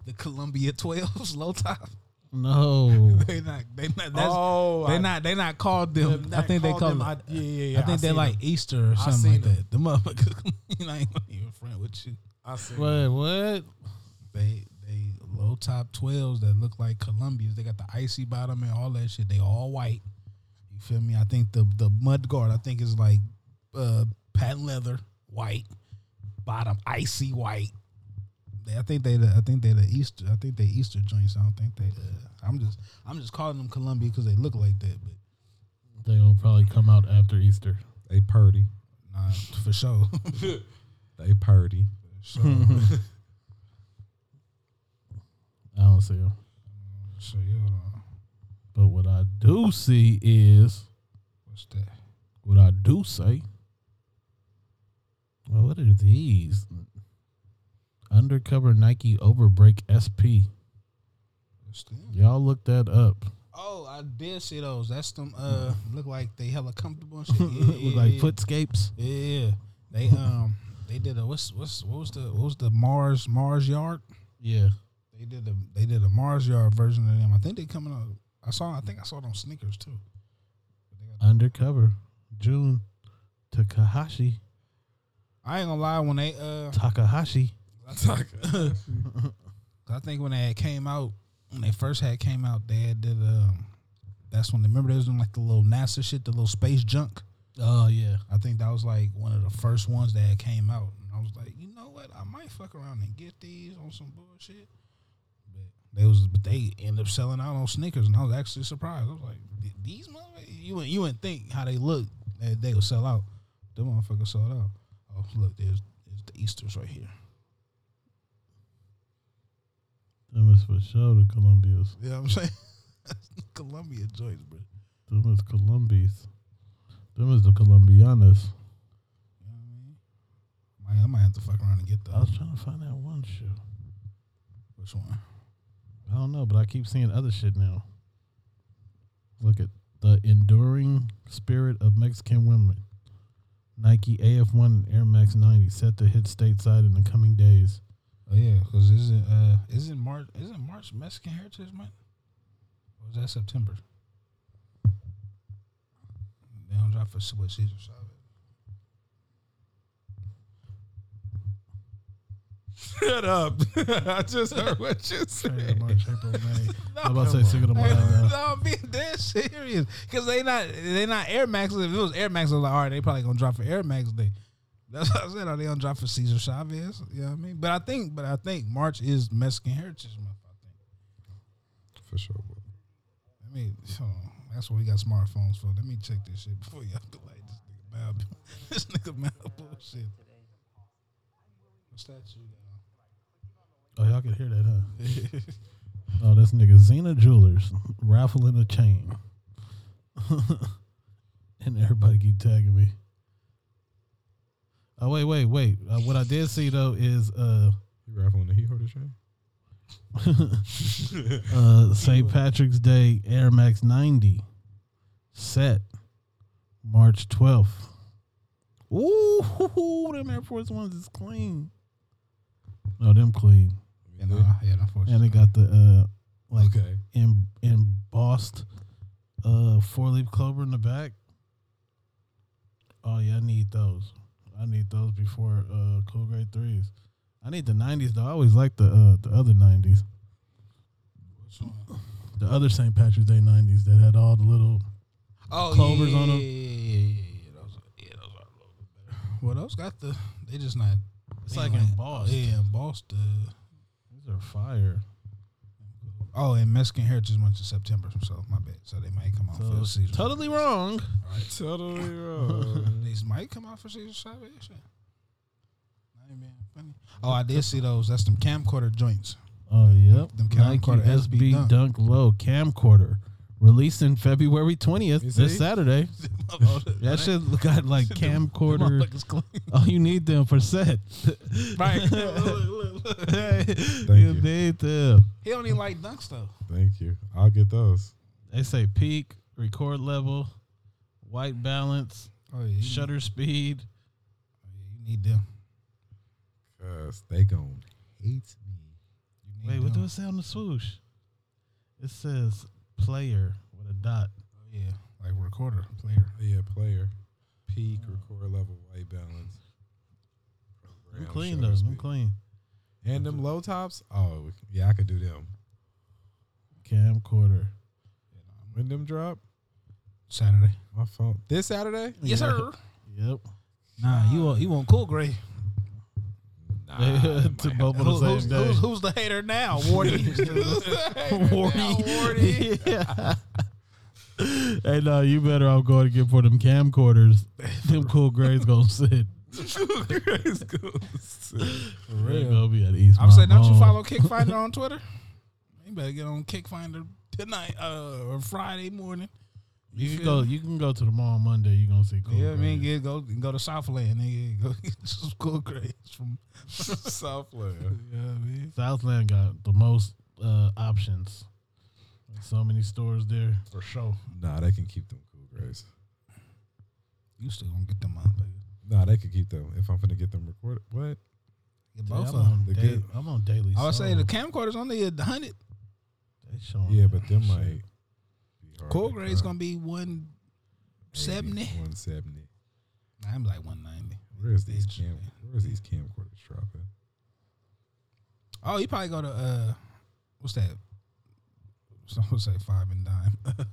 the Columbia twelves low top. No. They not they not that's Oh, they I- not they not called them. Them I not think they called call them. them. I- yeah, yeah, yeah, I think I they seen like them. Easter or something seen like that. The motherfuckers, you know, I ain't even friend with you. I see. Wait, what? They they low top twelves that look like Columbias. They got the icy bottom and all that shit. They all white. You feel me? I think the the mud guard I think is like uh patent leather white bottom icy white. They, I think they the, I think they the Easter I think they Easter joints. I don't think they. Uh, I'm just I'm just calling them Columbia because they look like that. But They'll probably come out after Easter. They purdy. nah, for sure. They purdy. I don't see them. so yeah, But what I do see is, what's that? what I do say, well, what are these? Undercover Nike Overbreak SP. What's that? Y'all look that up. Oh, I did see those. That's them. Uh, look like they hella comfortable and shit. Yeah, With yeah, like yeah. footscapes. Yeah, they um they did a what's what's what was the what was the Mars Mars yard? Yeah. They did a they did a Mars yard version of them. I think they coming out. I saw I think I saw it on sneakers too. Undercover. June Takahashi. I ain't gonna lie when they uh Takahashi. I think when they had came out when they first had came out they had did um that's when they remember they was doing like the little NASA shit the little space junk. Oh, yeah. I think that was like one of the first ones that had came out. And I was like, you know what? I might fuck around and get these on some bullshit. But they was but they end up selling out on sneakers and I was actually surprised. I was like, "Th- these motherfuckers you wouldn't you wouldn't think how they look that they would sell out. Them motherfuckers sold out. Oh look, there's there's the Easters right here. Them is for sure the Columbias. You know what I'm saying? Columbia joints, bro. Them is Columbies. Them is the Colombianas. Might- I might have to fuck around and get I those. was trying to find that one shoe. Which one? I don't know, but I keep seeing other shit now. Look at the enduring spirit of Mexican women. Nike AF1 and Air Max 90 set to hit stateside in the coming days. Oh yeah, because isn't uh isn't March isn't March Mexican Heritage Month? Or is that September? They don't drop for s- what Caesar Chavez. Shut up. I just heard what you said. March, April, May. I'm about to say Cinco de uh, Mayo. No, I'm being dead serious. Cause they not they not Air Max. If it was Air Max, I was like, all right, they probably gonna drop for Air Max Day. That's what I said. Are they gonna drop for Caesar Chavez? You know what I mean? But I think, but I think March is Mexican Heritage Month. I think. For sure. I mean, so that's what we got smartphones for. Let me check this shit before y'all be like, this nigga mad, this nigga mad bullshit. What's that you got? Oh, y'all can hear that, huh? oh, this nigga Xena Jewelers raffling a chain. and everybody keep tagging me. Oh, wait, wait, wait. Uh, what I did see, though, is uh, You raffling the Heat Hoarder chain? uh, St. Patrick's Day Air Max 90 set March 12th. Ooh, them Air Force Ones is clean. No, them clean. You know, I had And unfortunately. they got the uh, like Okay. em- embossed uh four leaf clover in the back. Oh yeah, I need those. I need those before uh cool grade threes. I need the nineties though. I always like the uh the other nineties. The other St. Patrick's Day nineties that had all the little Oh, Clovers on 'em. Yeah, yeah, yeah, yeah. Those, are- yeah, those are a little bit better. Well, those got the. They just not. It's they like ain't embossed. Yeah, embossed. Uh, these are fire. oh, and Mexican Heritage Month is September, so my bad. So they might come out for the So, season. totally wrong. Totally wrong. These might come out for Caesar Chavez. shit. Not even being funny. Oh, I did see those. That's them camcorder joints. Oh yep. Them Nike camcorder SB SB Dunk. Dunk. Low camcorder. Released in February twentieth, You this see? Saturday. That shit got like camcorder. Oh, you need them for set. Right. you you. need them. he don't even like dunks though. Thank you. I'll get those. They say peak, record level, white balance, Oh yeah, Shut shutter speed. you need them. Cause they gon' hate me. You need Wait, what them. does it say on the swoosh? It says player with a dot. Oh, yeah, like recorder player. Oh, Yeah, player. Peak, record level, white balance. I'm Program, clean shutter though. I'm speed. clean. And them low tops? Oh, yeah, I could do them. Camcorder. When them drop, Saturday. my phone. This Saturday? Yes, sir. Yep. Nah, you want you want cool gray. to both Who- on the who's, same day. who's, who's the hater now? Wardy. Who's the hater now? Wardy. yeah. hey, no, you better off going to get for them camcorders. them cool grades gonna sit. They gonna be at East. I'm saying, don't you Mount. follow Kickfinder on Twitter? You better get on Kickfinder tonight uh, or Friday morning. You, can feel go. me? You can go to tomorrow Monday. You gonna see cool. Yeah, I mean, grades. get, go go to Southland, nigga. Go get some school grades from. South Florida. You know what I mean? Southland got the most uh, options. So many stores there for sure. Nah, they can keep them cool grades. You still gonna get them out, baby. Nah, they could keep them if I'm finna get them recorded. What? Get Yeah, both of I'm, them. on They da- good. I'm on daily. I would say Soul. the camcorder's only a hundred. They showing Yeah, but them shit. might. Be hard Cool to grade's find. gonna be one seventy. 170. I'm like one ninety. Where's these Bitch. cam? Where's these camcorders dropping? Oh, you probably go to uh, what's that? Some would say five and dime.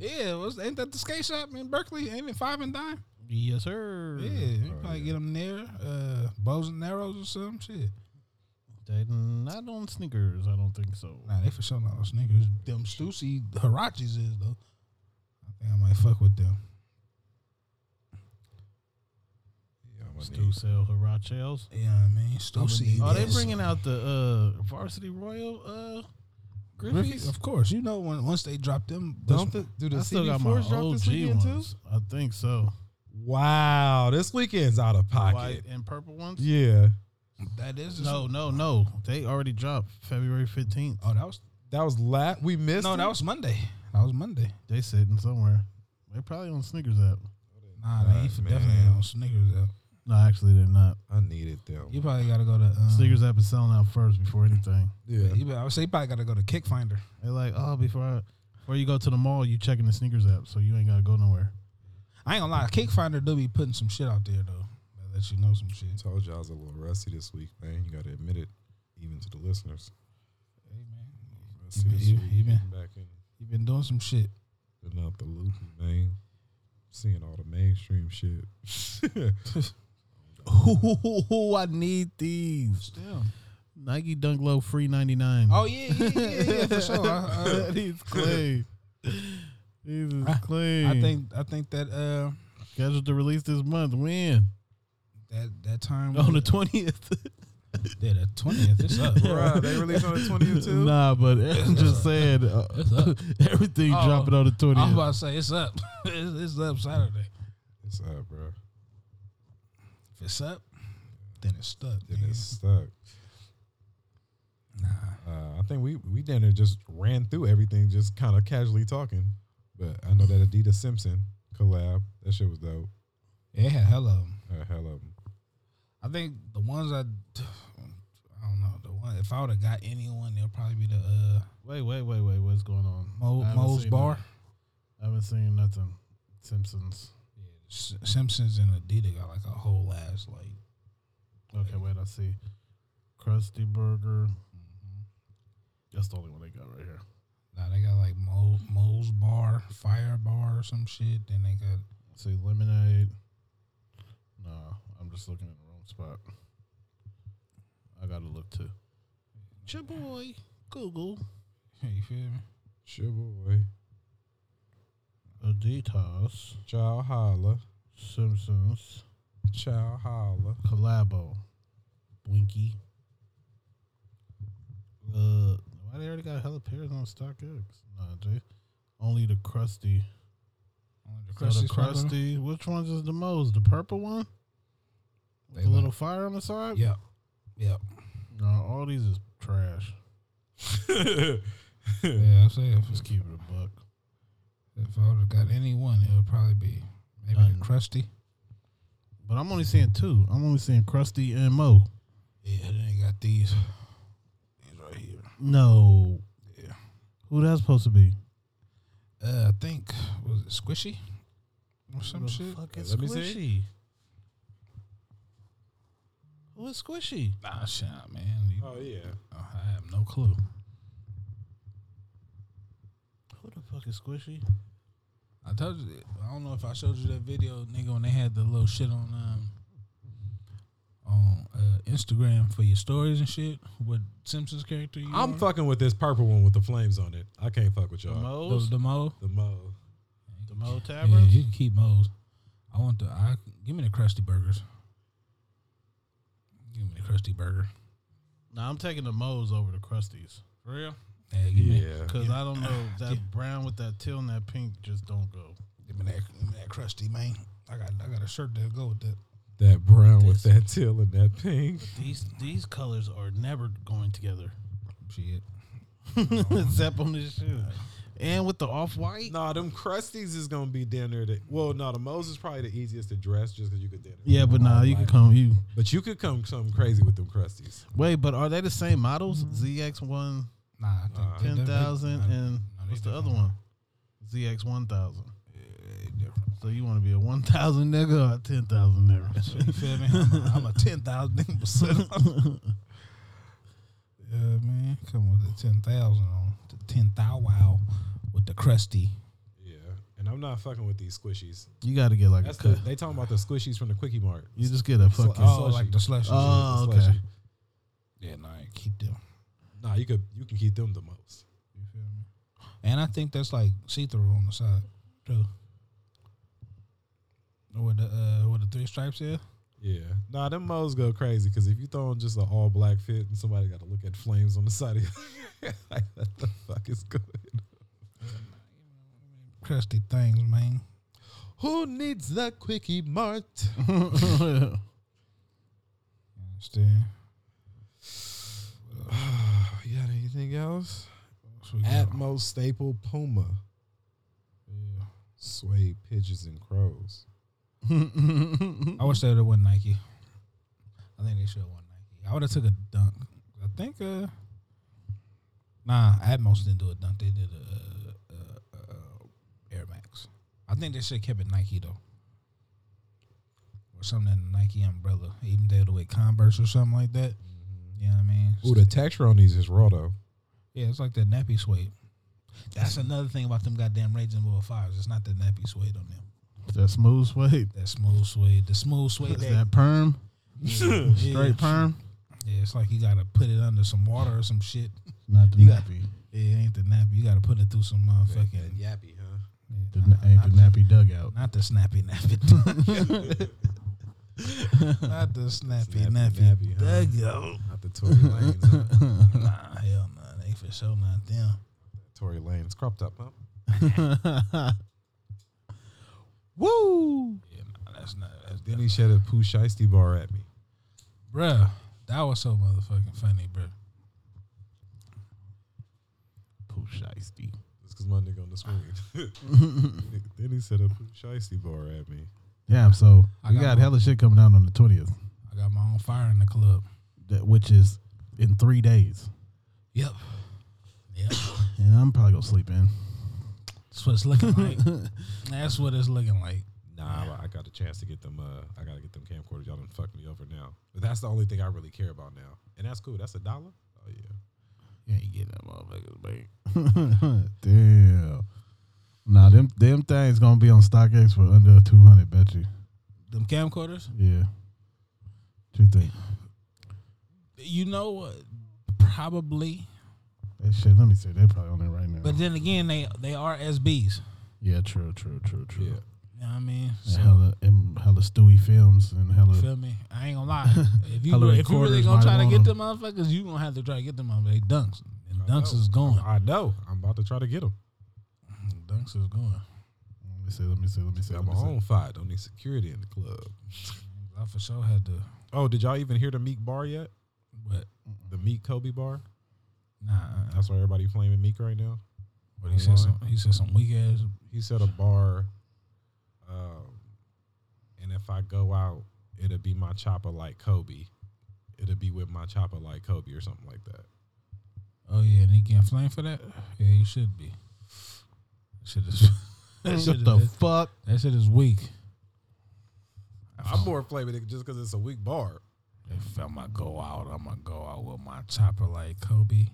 yeah, was ain't that the skate shop in Berkeley? Ain't it five and dime? Yes, sir. Yeah, you Oh, probably yeah. get them there. Uh, bows and arrows or some shit. They not on sneakers. I don't think so. Nah, they for sure not on sneakers. Them Stussy Hirachis is though. I think I might fuck with them. Yeah, I'm Stu sell Hirachels. You know what I Oh, mean? Still Oh, see Are they this. bringing out the uh, Varsity Royal uh, Griffies? Griffey's? Of course. You know when once they drop them. Don't those- the, do the I still got my CB4s drop this OG weekend ones. too? I think so. Wow, this weekend's out of pocket. White and purple ones. Yeah, that is No, no, no. They already dropped February fifteenth. Oh, that was that was la We missed. no, it? that was Monday. That was Monday. They sitting somewhere. They probably on Snickers app. Nah, they ain't for definitely ain't on Snickers though. No, actually they're not. I needed them. You probably gotta go to um, Snickers app is selling out first before anything. Yeah, You, I would say you probably gotta go to Kick Finder. They're like, oh, before I, before you go to the mall, you checking the sneakers app, so you ain't gotta go nowhere. I ain't gonna lie, Kick Finder do be putting some shit out there though. That let you know some shit. Told you I was a little rusty this week, man. You got to admit it, even to the listeners. You Rusty been, this you, week. you been, Been Back in, you been doing some shit. been out the loop, man. Seeing all the mainstream shit. Ooh, I need these. Nike Dunk Low free ninety nine. Oh yeah, yeah, yeah, yeah for sure. I, these clean. these is I, clean. I think I think that uh, scheduled to release this month. When that that time on the twentieth. yeah, the twentieth. It's up. Bruh, they released on the 20th too? Nah, but I'm just saying uh, everything Oh, dropping on the I'm about to twentieth. say it's up. it's, it's up Saturday. It's up, bro. If it's up, then it's stuck. Then nigga. it's stuck. Nah. Uh, I think we we down there just ran through everything, just kind of casually talking. But I know that Adidas Simpson collab, that shit was dope. Yeah, hello. Uh, hell of 'em. I think the ones I, I don't know the one. If I would have got anyone, they'll probably be the uh, Wait, wait, wait, wait. What's going on? Mo, I haven't Mo's seen Bar, nothing. I haven't seen nothing. Simpsons. S- Simpsons, and Adidas got like a whole ass like. Okay, wait. I see. Krusty Burger. That's the only one they got right here. Nah, they got like Mo, Mo's Bar, Fire Bar, or some shit. Then they got Let's see lemonade. Nah, I'm just looking in the wrong spot. I gotta look too. Your boy Google you feel me? It's your boy, Adidas Child Holla. Simpsons Child Holla. collabo Blinky. Uh, why they already got hella pairs on StockX? Nah, Jay. Only the crusty. Only the So the Krusty's popular? crusty. Which one's is the most? The purple one. With They the like- little fire on the side. Yep, yep. No, all these is trash. yeah, I say if it's Just keep it a buck. If I would have got any one, it would probably be maybe Done. the Krusty. But I'm only seeing two. I'm only seeing Krusty and Mo. Yeah, then they got these. These right here. No. Yeah. Who that supposed to be? Uh, I think was it Squishy or some shit. let me see. Who is Squishy? Nah, shit, man. You- Oh yeah. I have no clue. Who the fuck is Squishy? I told you. that- I don't know if I showed you that video, nigga, when they had the little shit on um on uh, Instagram for your stories and shit with Simpsons character. You I'm are. fucking with this purple one with the flames on it. I can't fuck with y'all. the, Moe's? the mo. The Mo. The Mo Yeah, Tavern? you can keep Moe's. I want the. I give me the Krusty burgers. Give me the Krusty burger. Nah, I'm taking the Moe's over the Krusties. For real? Yeah, give me. Because I don't know. That brown with that teal and that pink just don't go. Give me that, give me that crusty man. I got I got a shirt that'll go with that. That brown with that teal and that pink. These these colors are never going together. Shit. Except on this shoe. And with the off white? Nah, them crusties is gonna be down there. To, well, no, the Mo's is probably the easiest to dress just because you could dinner. Yeah, but nah, you can come. You But you could come something crazy with them crusties. Wait, but are they the same models? ZX1 Nah, I think they- they- 10,000 they- and no, they what's the different. other one? ZX1000. So you want to be a 1000 nigga or a 10,000 nigga? You feel me? I'm a, I'm a ten thousand nigga percent. Yeah, man. Come with the ten thousand on the ten thou wow with the crusty. Yeah, and I'm not fucking with these squishies. You got to get like That's a the, cut. they talking about the squishies from the Quickie Mart. You just get a fucking. Oh, like the slushy. Oh, the okay. slushy. yeah, no, I keep them. Nah, you could you can keep them the most. You feel me? And I think that's like see through on the side too. With the uh, with the three stripes, yeah. Yeah. Nah, them moles go crazy because if you throw in just an all black fit and somebody got to look at flames on the side of your like, what the fuck is good? crusty things, man. Who needs the quickie mart? Still, you got anything else? so we got- Atmos staple puma. Yeah. Sway pigeons and crows. I wish they would have won Nike. I think they should have won Nike. I would have took a dunk. I think. uh Nah, Atmos didn't do a dunk. They did a, uh uh Air Max. I think they should have kept it Nike though, or something in the Nike umbrella. Even they would have with Converse or something like that. You know what I mean? Ooh, the texture on these is raw though. Yeah, it's like that nappy suede. That's another thing about them goddamn Raging Bull fives. It's not the nappy suede on them. That smooth suede. That smooth suede, the smooth suede. That's That, that perm. yeah, Straight perm. Yeah, it's like you gotta put it under some water or some shit. Not the You got- nappy. Yeah, it ain't the nappy. You gotta put it through some uh, motherfucking. Yappy, huh? The, na- ain't the nappy dugout. Not the snappy nappy. not the snappy nappy. nappy, huh? Dugout. Not the Tory Lanes. huh? Nah, hell no. Nah, they for sure not them. Tory Lanes cropped up, huh? Woo! Yeah, nah, that's not. That's Then he shed a poo shiesty bar at me. Bruh, that was so motherfucking funny, bruh. Pooh shiesty. It's because my nigga on the screen. then he said a poo shiesty bar at me. Damn, so I we got got one. hella shit coming out on the 20th, I got my own fire in the club. that, which is in three days. Yep. Yep. And I'm probably going to sleep in. That's what it's looking like. That's what it's looking like. Nah, I- I got a chance to get them. Uh, I gotta get them camcorders. Y'all done fucked me over now. But that's the only thing I really care about now, and that's cool. That's a dollar. Oh yeah. You ain't getting that motherfuckers, man. Damn. Nah, them them things gonna be on StockX for under two hundred, bet you. Them camcorders. Yeah. What you think? You know what? Probably. That shit, let me see. They're probably on there right now. But then again, they they are SBs. yeah, true, true, true, true. Yeah. You know what I mean? And So hella, and hella Stewie films and hella. feel me? I ain't gonna lie. If you Hello, if you really recorders gonna try might to get want them motherfuckers, you gonna have to try to get them on they dunks. And dunks is going. I know. I'm about to try to get them. Dunks is going. Let me see. Let me see. Let me see. Got let my me see. own fight. Don't need security in the club. I for sure had to. Oh, did y'all even hear the Meek bar yet? But The Meek Kobe bar. nah, That's why everybody flaming Meek right now. But he said some he said some weak ass He said a bar. Um, and if I go out, it'll be my chopper like Kobe. It'll be with my chopper like Kobe or something like that. oh yeah, and he getting flamed for that? Yeah, he should be. That shit is that shit What is, the that, fuck? that shit is weak. I'm more flaming it just because it's a weak bar. If I'm gonna go out, I'm gonna go out with my chopper like Kobe.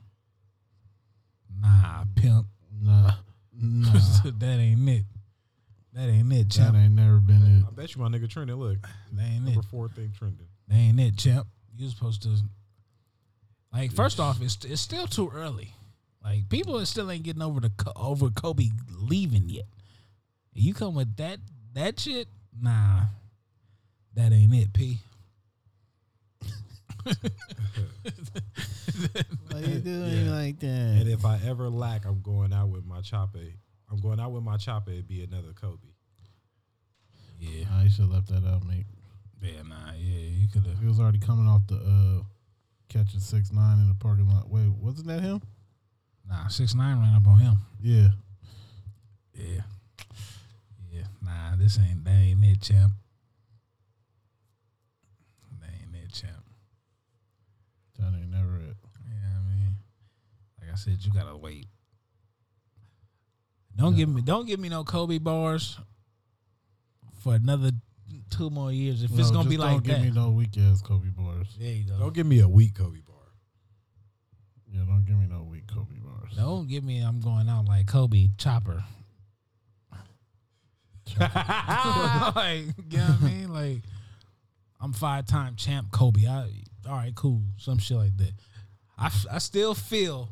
Nah, pimp. Nah, nah. that ain't it. That ain't it, that champ. ain't never been I bet you my nigga trending. Look, That ain't it. number four thing trending. That ain't it, champ. You supposed to like first off, it's it's still too early. Like people still ain't getting over the Co- over Kobe leaving yet. You come with that that shit, nah. That ain't it, P. it. Why you doing like that? And if I ever lack, I'm going out with my chopper. I'm going out with my chopper. It'd be another Kobe. Yeah, I should have left that out, mate. yeah, nah, yeah. You could have. He was already coming off the uh, catching six nine in the parking lot. Wait, wasn't that him? Nah, six nine ran up on him. Yeah. Yeah. Yeah. Nah, this ain't that ain't it, champ. That ain't it, champ. That ain't never it. Yeah, I mean, like I said, you gotta wait. Don't give me don't give me no Kobe bars for another two more years. If it's gonna No, just be like don't give that, me no weak ass Kobe bars. there you go. Don't give me a weak Kobe bar. Yeah, don't give me no weak Kobe bars. Don't give me I'm going out like Kobe Chopper. like, you know what I mean? Like, I'm five time champ Kobe. I, all right, cool. Some shit like that. I, f- I still feel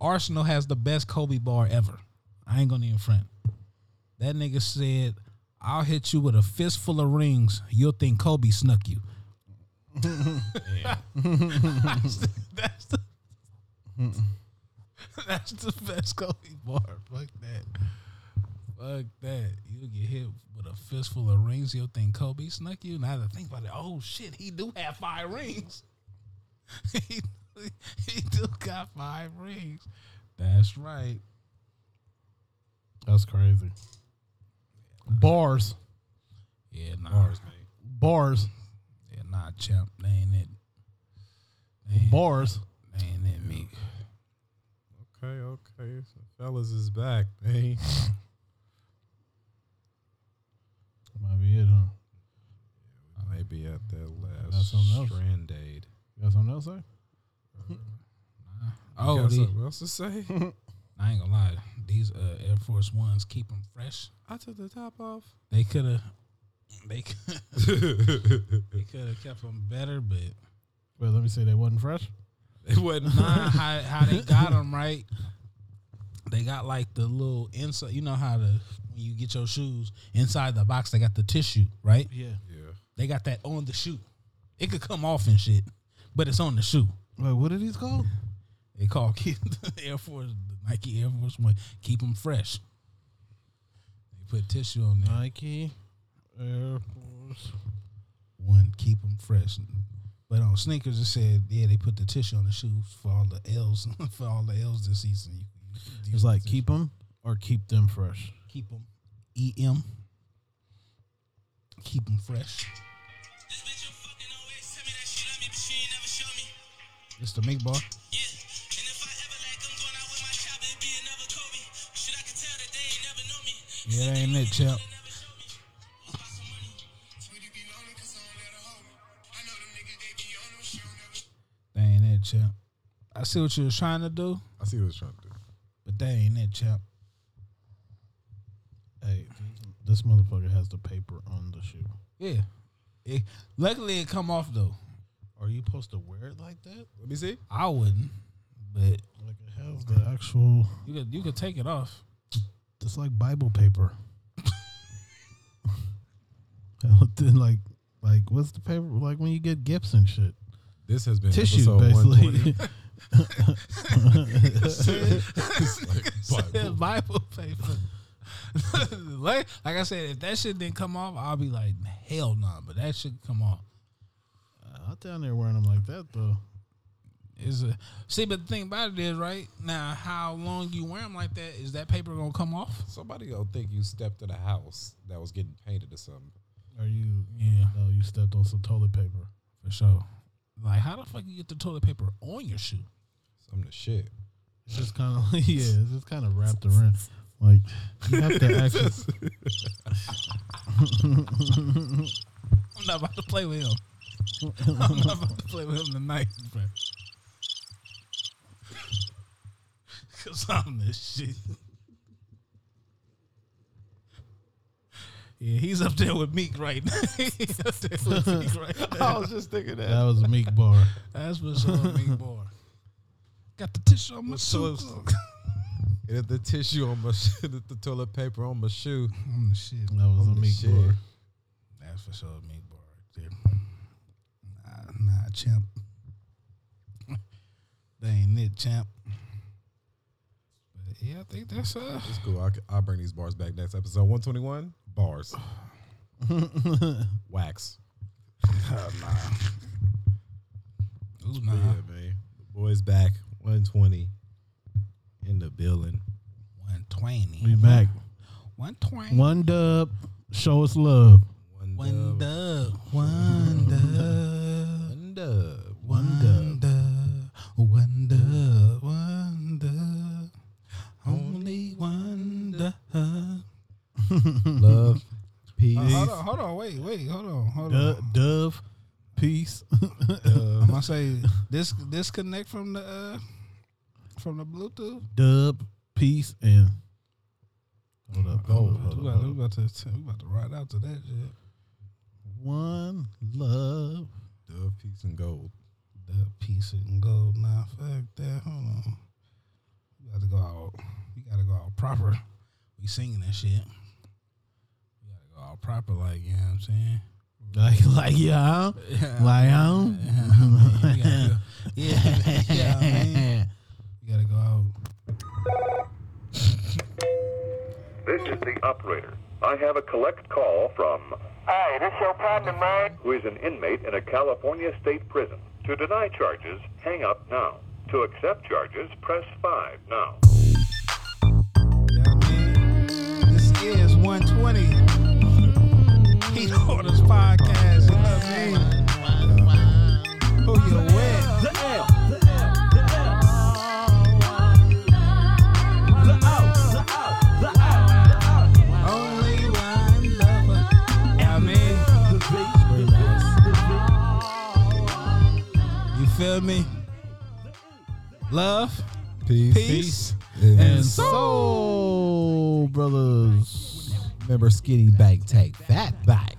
Arsenal has the best Kobe bar ever. I ain't gonna even front. That nigga said, I'll hit you with a fistful of rings. You'll think Kobe snuck you. that's, the, that's the best Kobe bar. Fuck that. Fuck that. You'll get hit with a fistful of rings. You'll think Kobe snuck you. Now that I think about it, oh shit, he do have five rings. he, he do got five rings. That's right. That's crazy. Bars. Yeah, nah. Bars. Yeah, nah, champ. They ain't it. Bars. They ain't it, me. Okay, okay. So fellas is back, man. Might be it, huh? Maybe at that That's last something else. strand aid. You got something else, sir? Oh, Oh, Got the- something else to say? I ain't gonna lie. These uh, Air Force Ones keep them fresh. I took the top off. They could have, they could, they could have kept them better, but Well, let me say they wasn't fresh. It wasn't nah, how, how they got them right? They got like the little inside. You know how the when you get your shoes inside the box, they got the tissue, right? Yeah. Yeah. They got that on the shoe. It could come off and shit, but it's on the shoe. Wait, what are these called? They call keep the Air Force, the Nike Air Force One, keep them fresh. They put tissue on there. Nike Air Force. One, keep them fresh. But on sneakers, it said, yeah, they put the tissue on the shoes for all the L's, for all the L's this season. You, you- It's like keep them or keep them fresh. keep them, EM, E keep them fresh. This bitch a fucking always tell me that she love me, but she ain't never show me. It's the big bar. Yeah, and if I ever lack, I'm going out with my chopper, it'd be another Kobe. Shit, I can tell that they ain't never know me. Yeah, that ain't it, champ. That ain't it, champ. I see what you was trying to do, I see what it's trying to do. but that ain't it, champ. Hey, this motherfucker has the paper on the shoe. Yeah. It, luckily, it come off though. Are you supposed to wear it like that? Let me see. I wouldn't, but Like it has the actual. you could you could take it off. It's like Bible paper. then like like what's the paper like when you get gifts and shit? This has been Tissue episode basically. 120. Bible paper. like, like I said, if that shit didn't come off, I'll be like, hell no. But that shit come off. I'm down there wearing them like that though. Is a see, but the thing about it is, right now, how long you wear them like that? Is that paper gonna come off? Somebody gonna think you stepped in a house that was getting painted or something. Are you? Yeah, No, you stepped on some toilet paper. for sure. Like, how the fuck you get the toilet paper on your shoe? Something to shit. It's just kind of yeah, it's just kind of wrapped around. Like you have to actually. I'm not about to play with him. I'm not about to play with him tonight, bro. Cause I'm the shit. Yeah, he's up there with Meek right now. He's up there with Meek right now. I was just thinking That was a meek bar. That's what's on Meek boy. Got the tissue on my shoes. And if the tissue on my sh- if the toilet paper on my shoe. I'm the shit. That was a Holy meek shit. bar. That's for sure, meat bar right there. Nah, nah, champ. they ain't it, champ. But yeah, I think that's uh. It's cool. I, will bring these bars back next episode. 121 bars. Wax. Ooh, nah. Yeah, man. The boys back. 120 in the building. One twenty. We back. One twenty. One dub. Show us love. One, dub. One dub. One dub. One dub. One dub. One dub. One dub. Only one dub. Love. Peace. Hold on, hold on, wait, wait, hold on, hold on. Du- dove. Peace. I'm gonna say this disconnect from the uh, from the Bluetooth. dub. Peace. And hold up. Hold up, we, hold up, about, hold we up. about to we about to ride out to that shit. One love. Dub, peace, and gold. The piece of gold. Nah, fuck that. Hold on. We got to go out. We gotta go out proper. We singing that shit. We gotta go out all proper, like you know what I'm saying. Like, like, yeah, Yeah, like, um, You gotta go- yeah, yeah, man. You gotta go out. This is the operator. I have a collect call from. Hi, this your partner, man. Who is an inmate in a California state prison. To deny charges, hang up now. To accept charges, press 5 now. Yeah, man. This is 120. Heat Orders Podcast. You know what I mean? Who you with? Only one lover. Yeah, man. You feel me? Love, Peace. peace, And and soul. soul brothers. remember, skinny bag, take that back.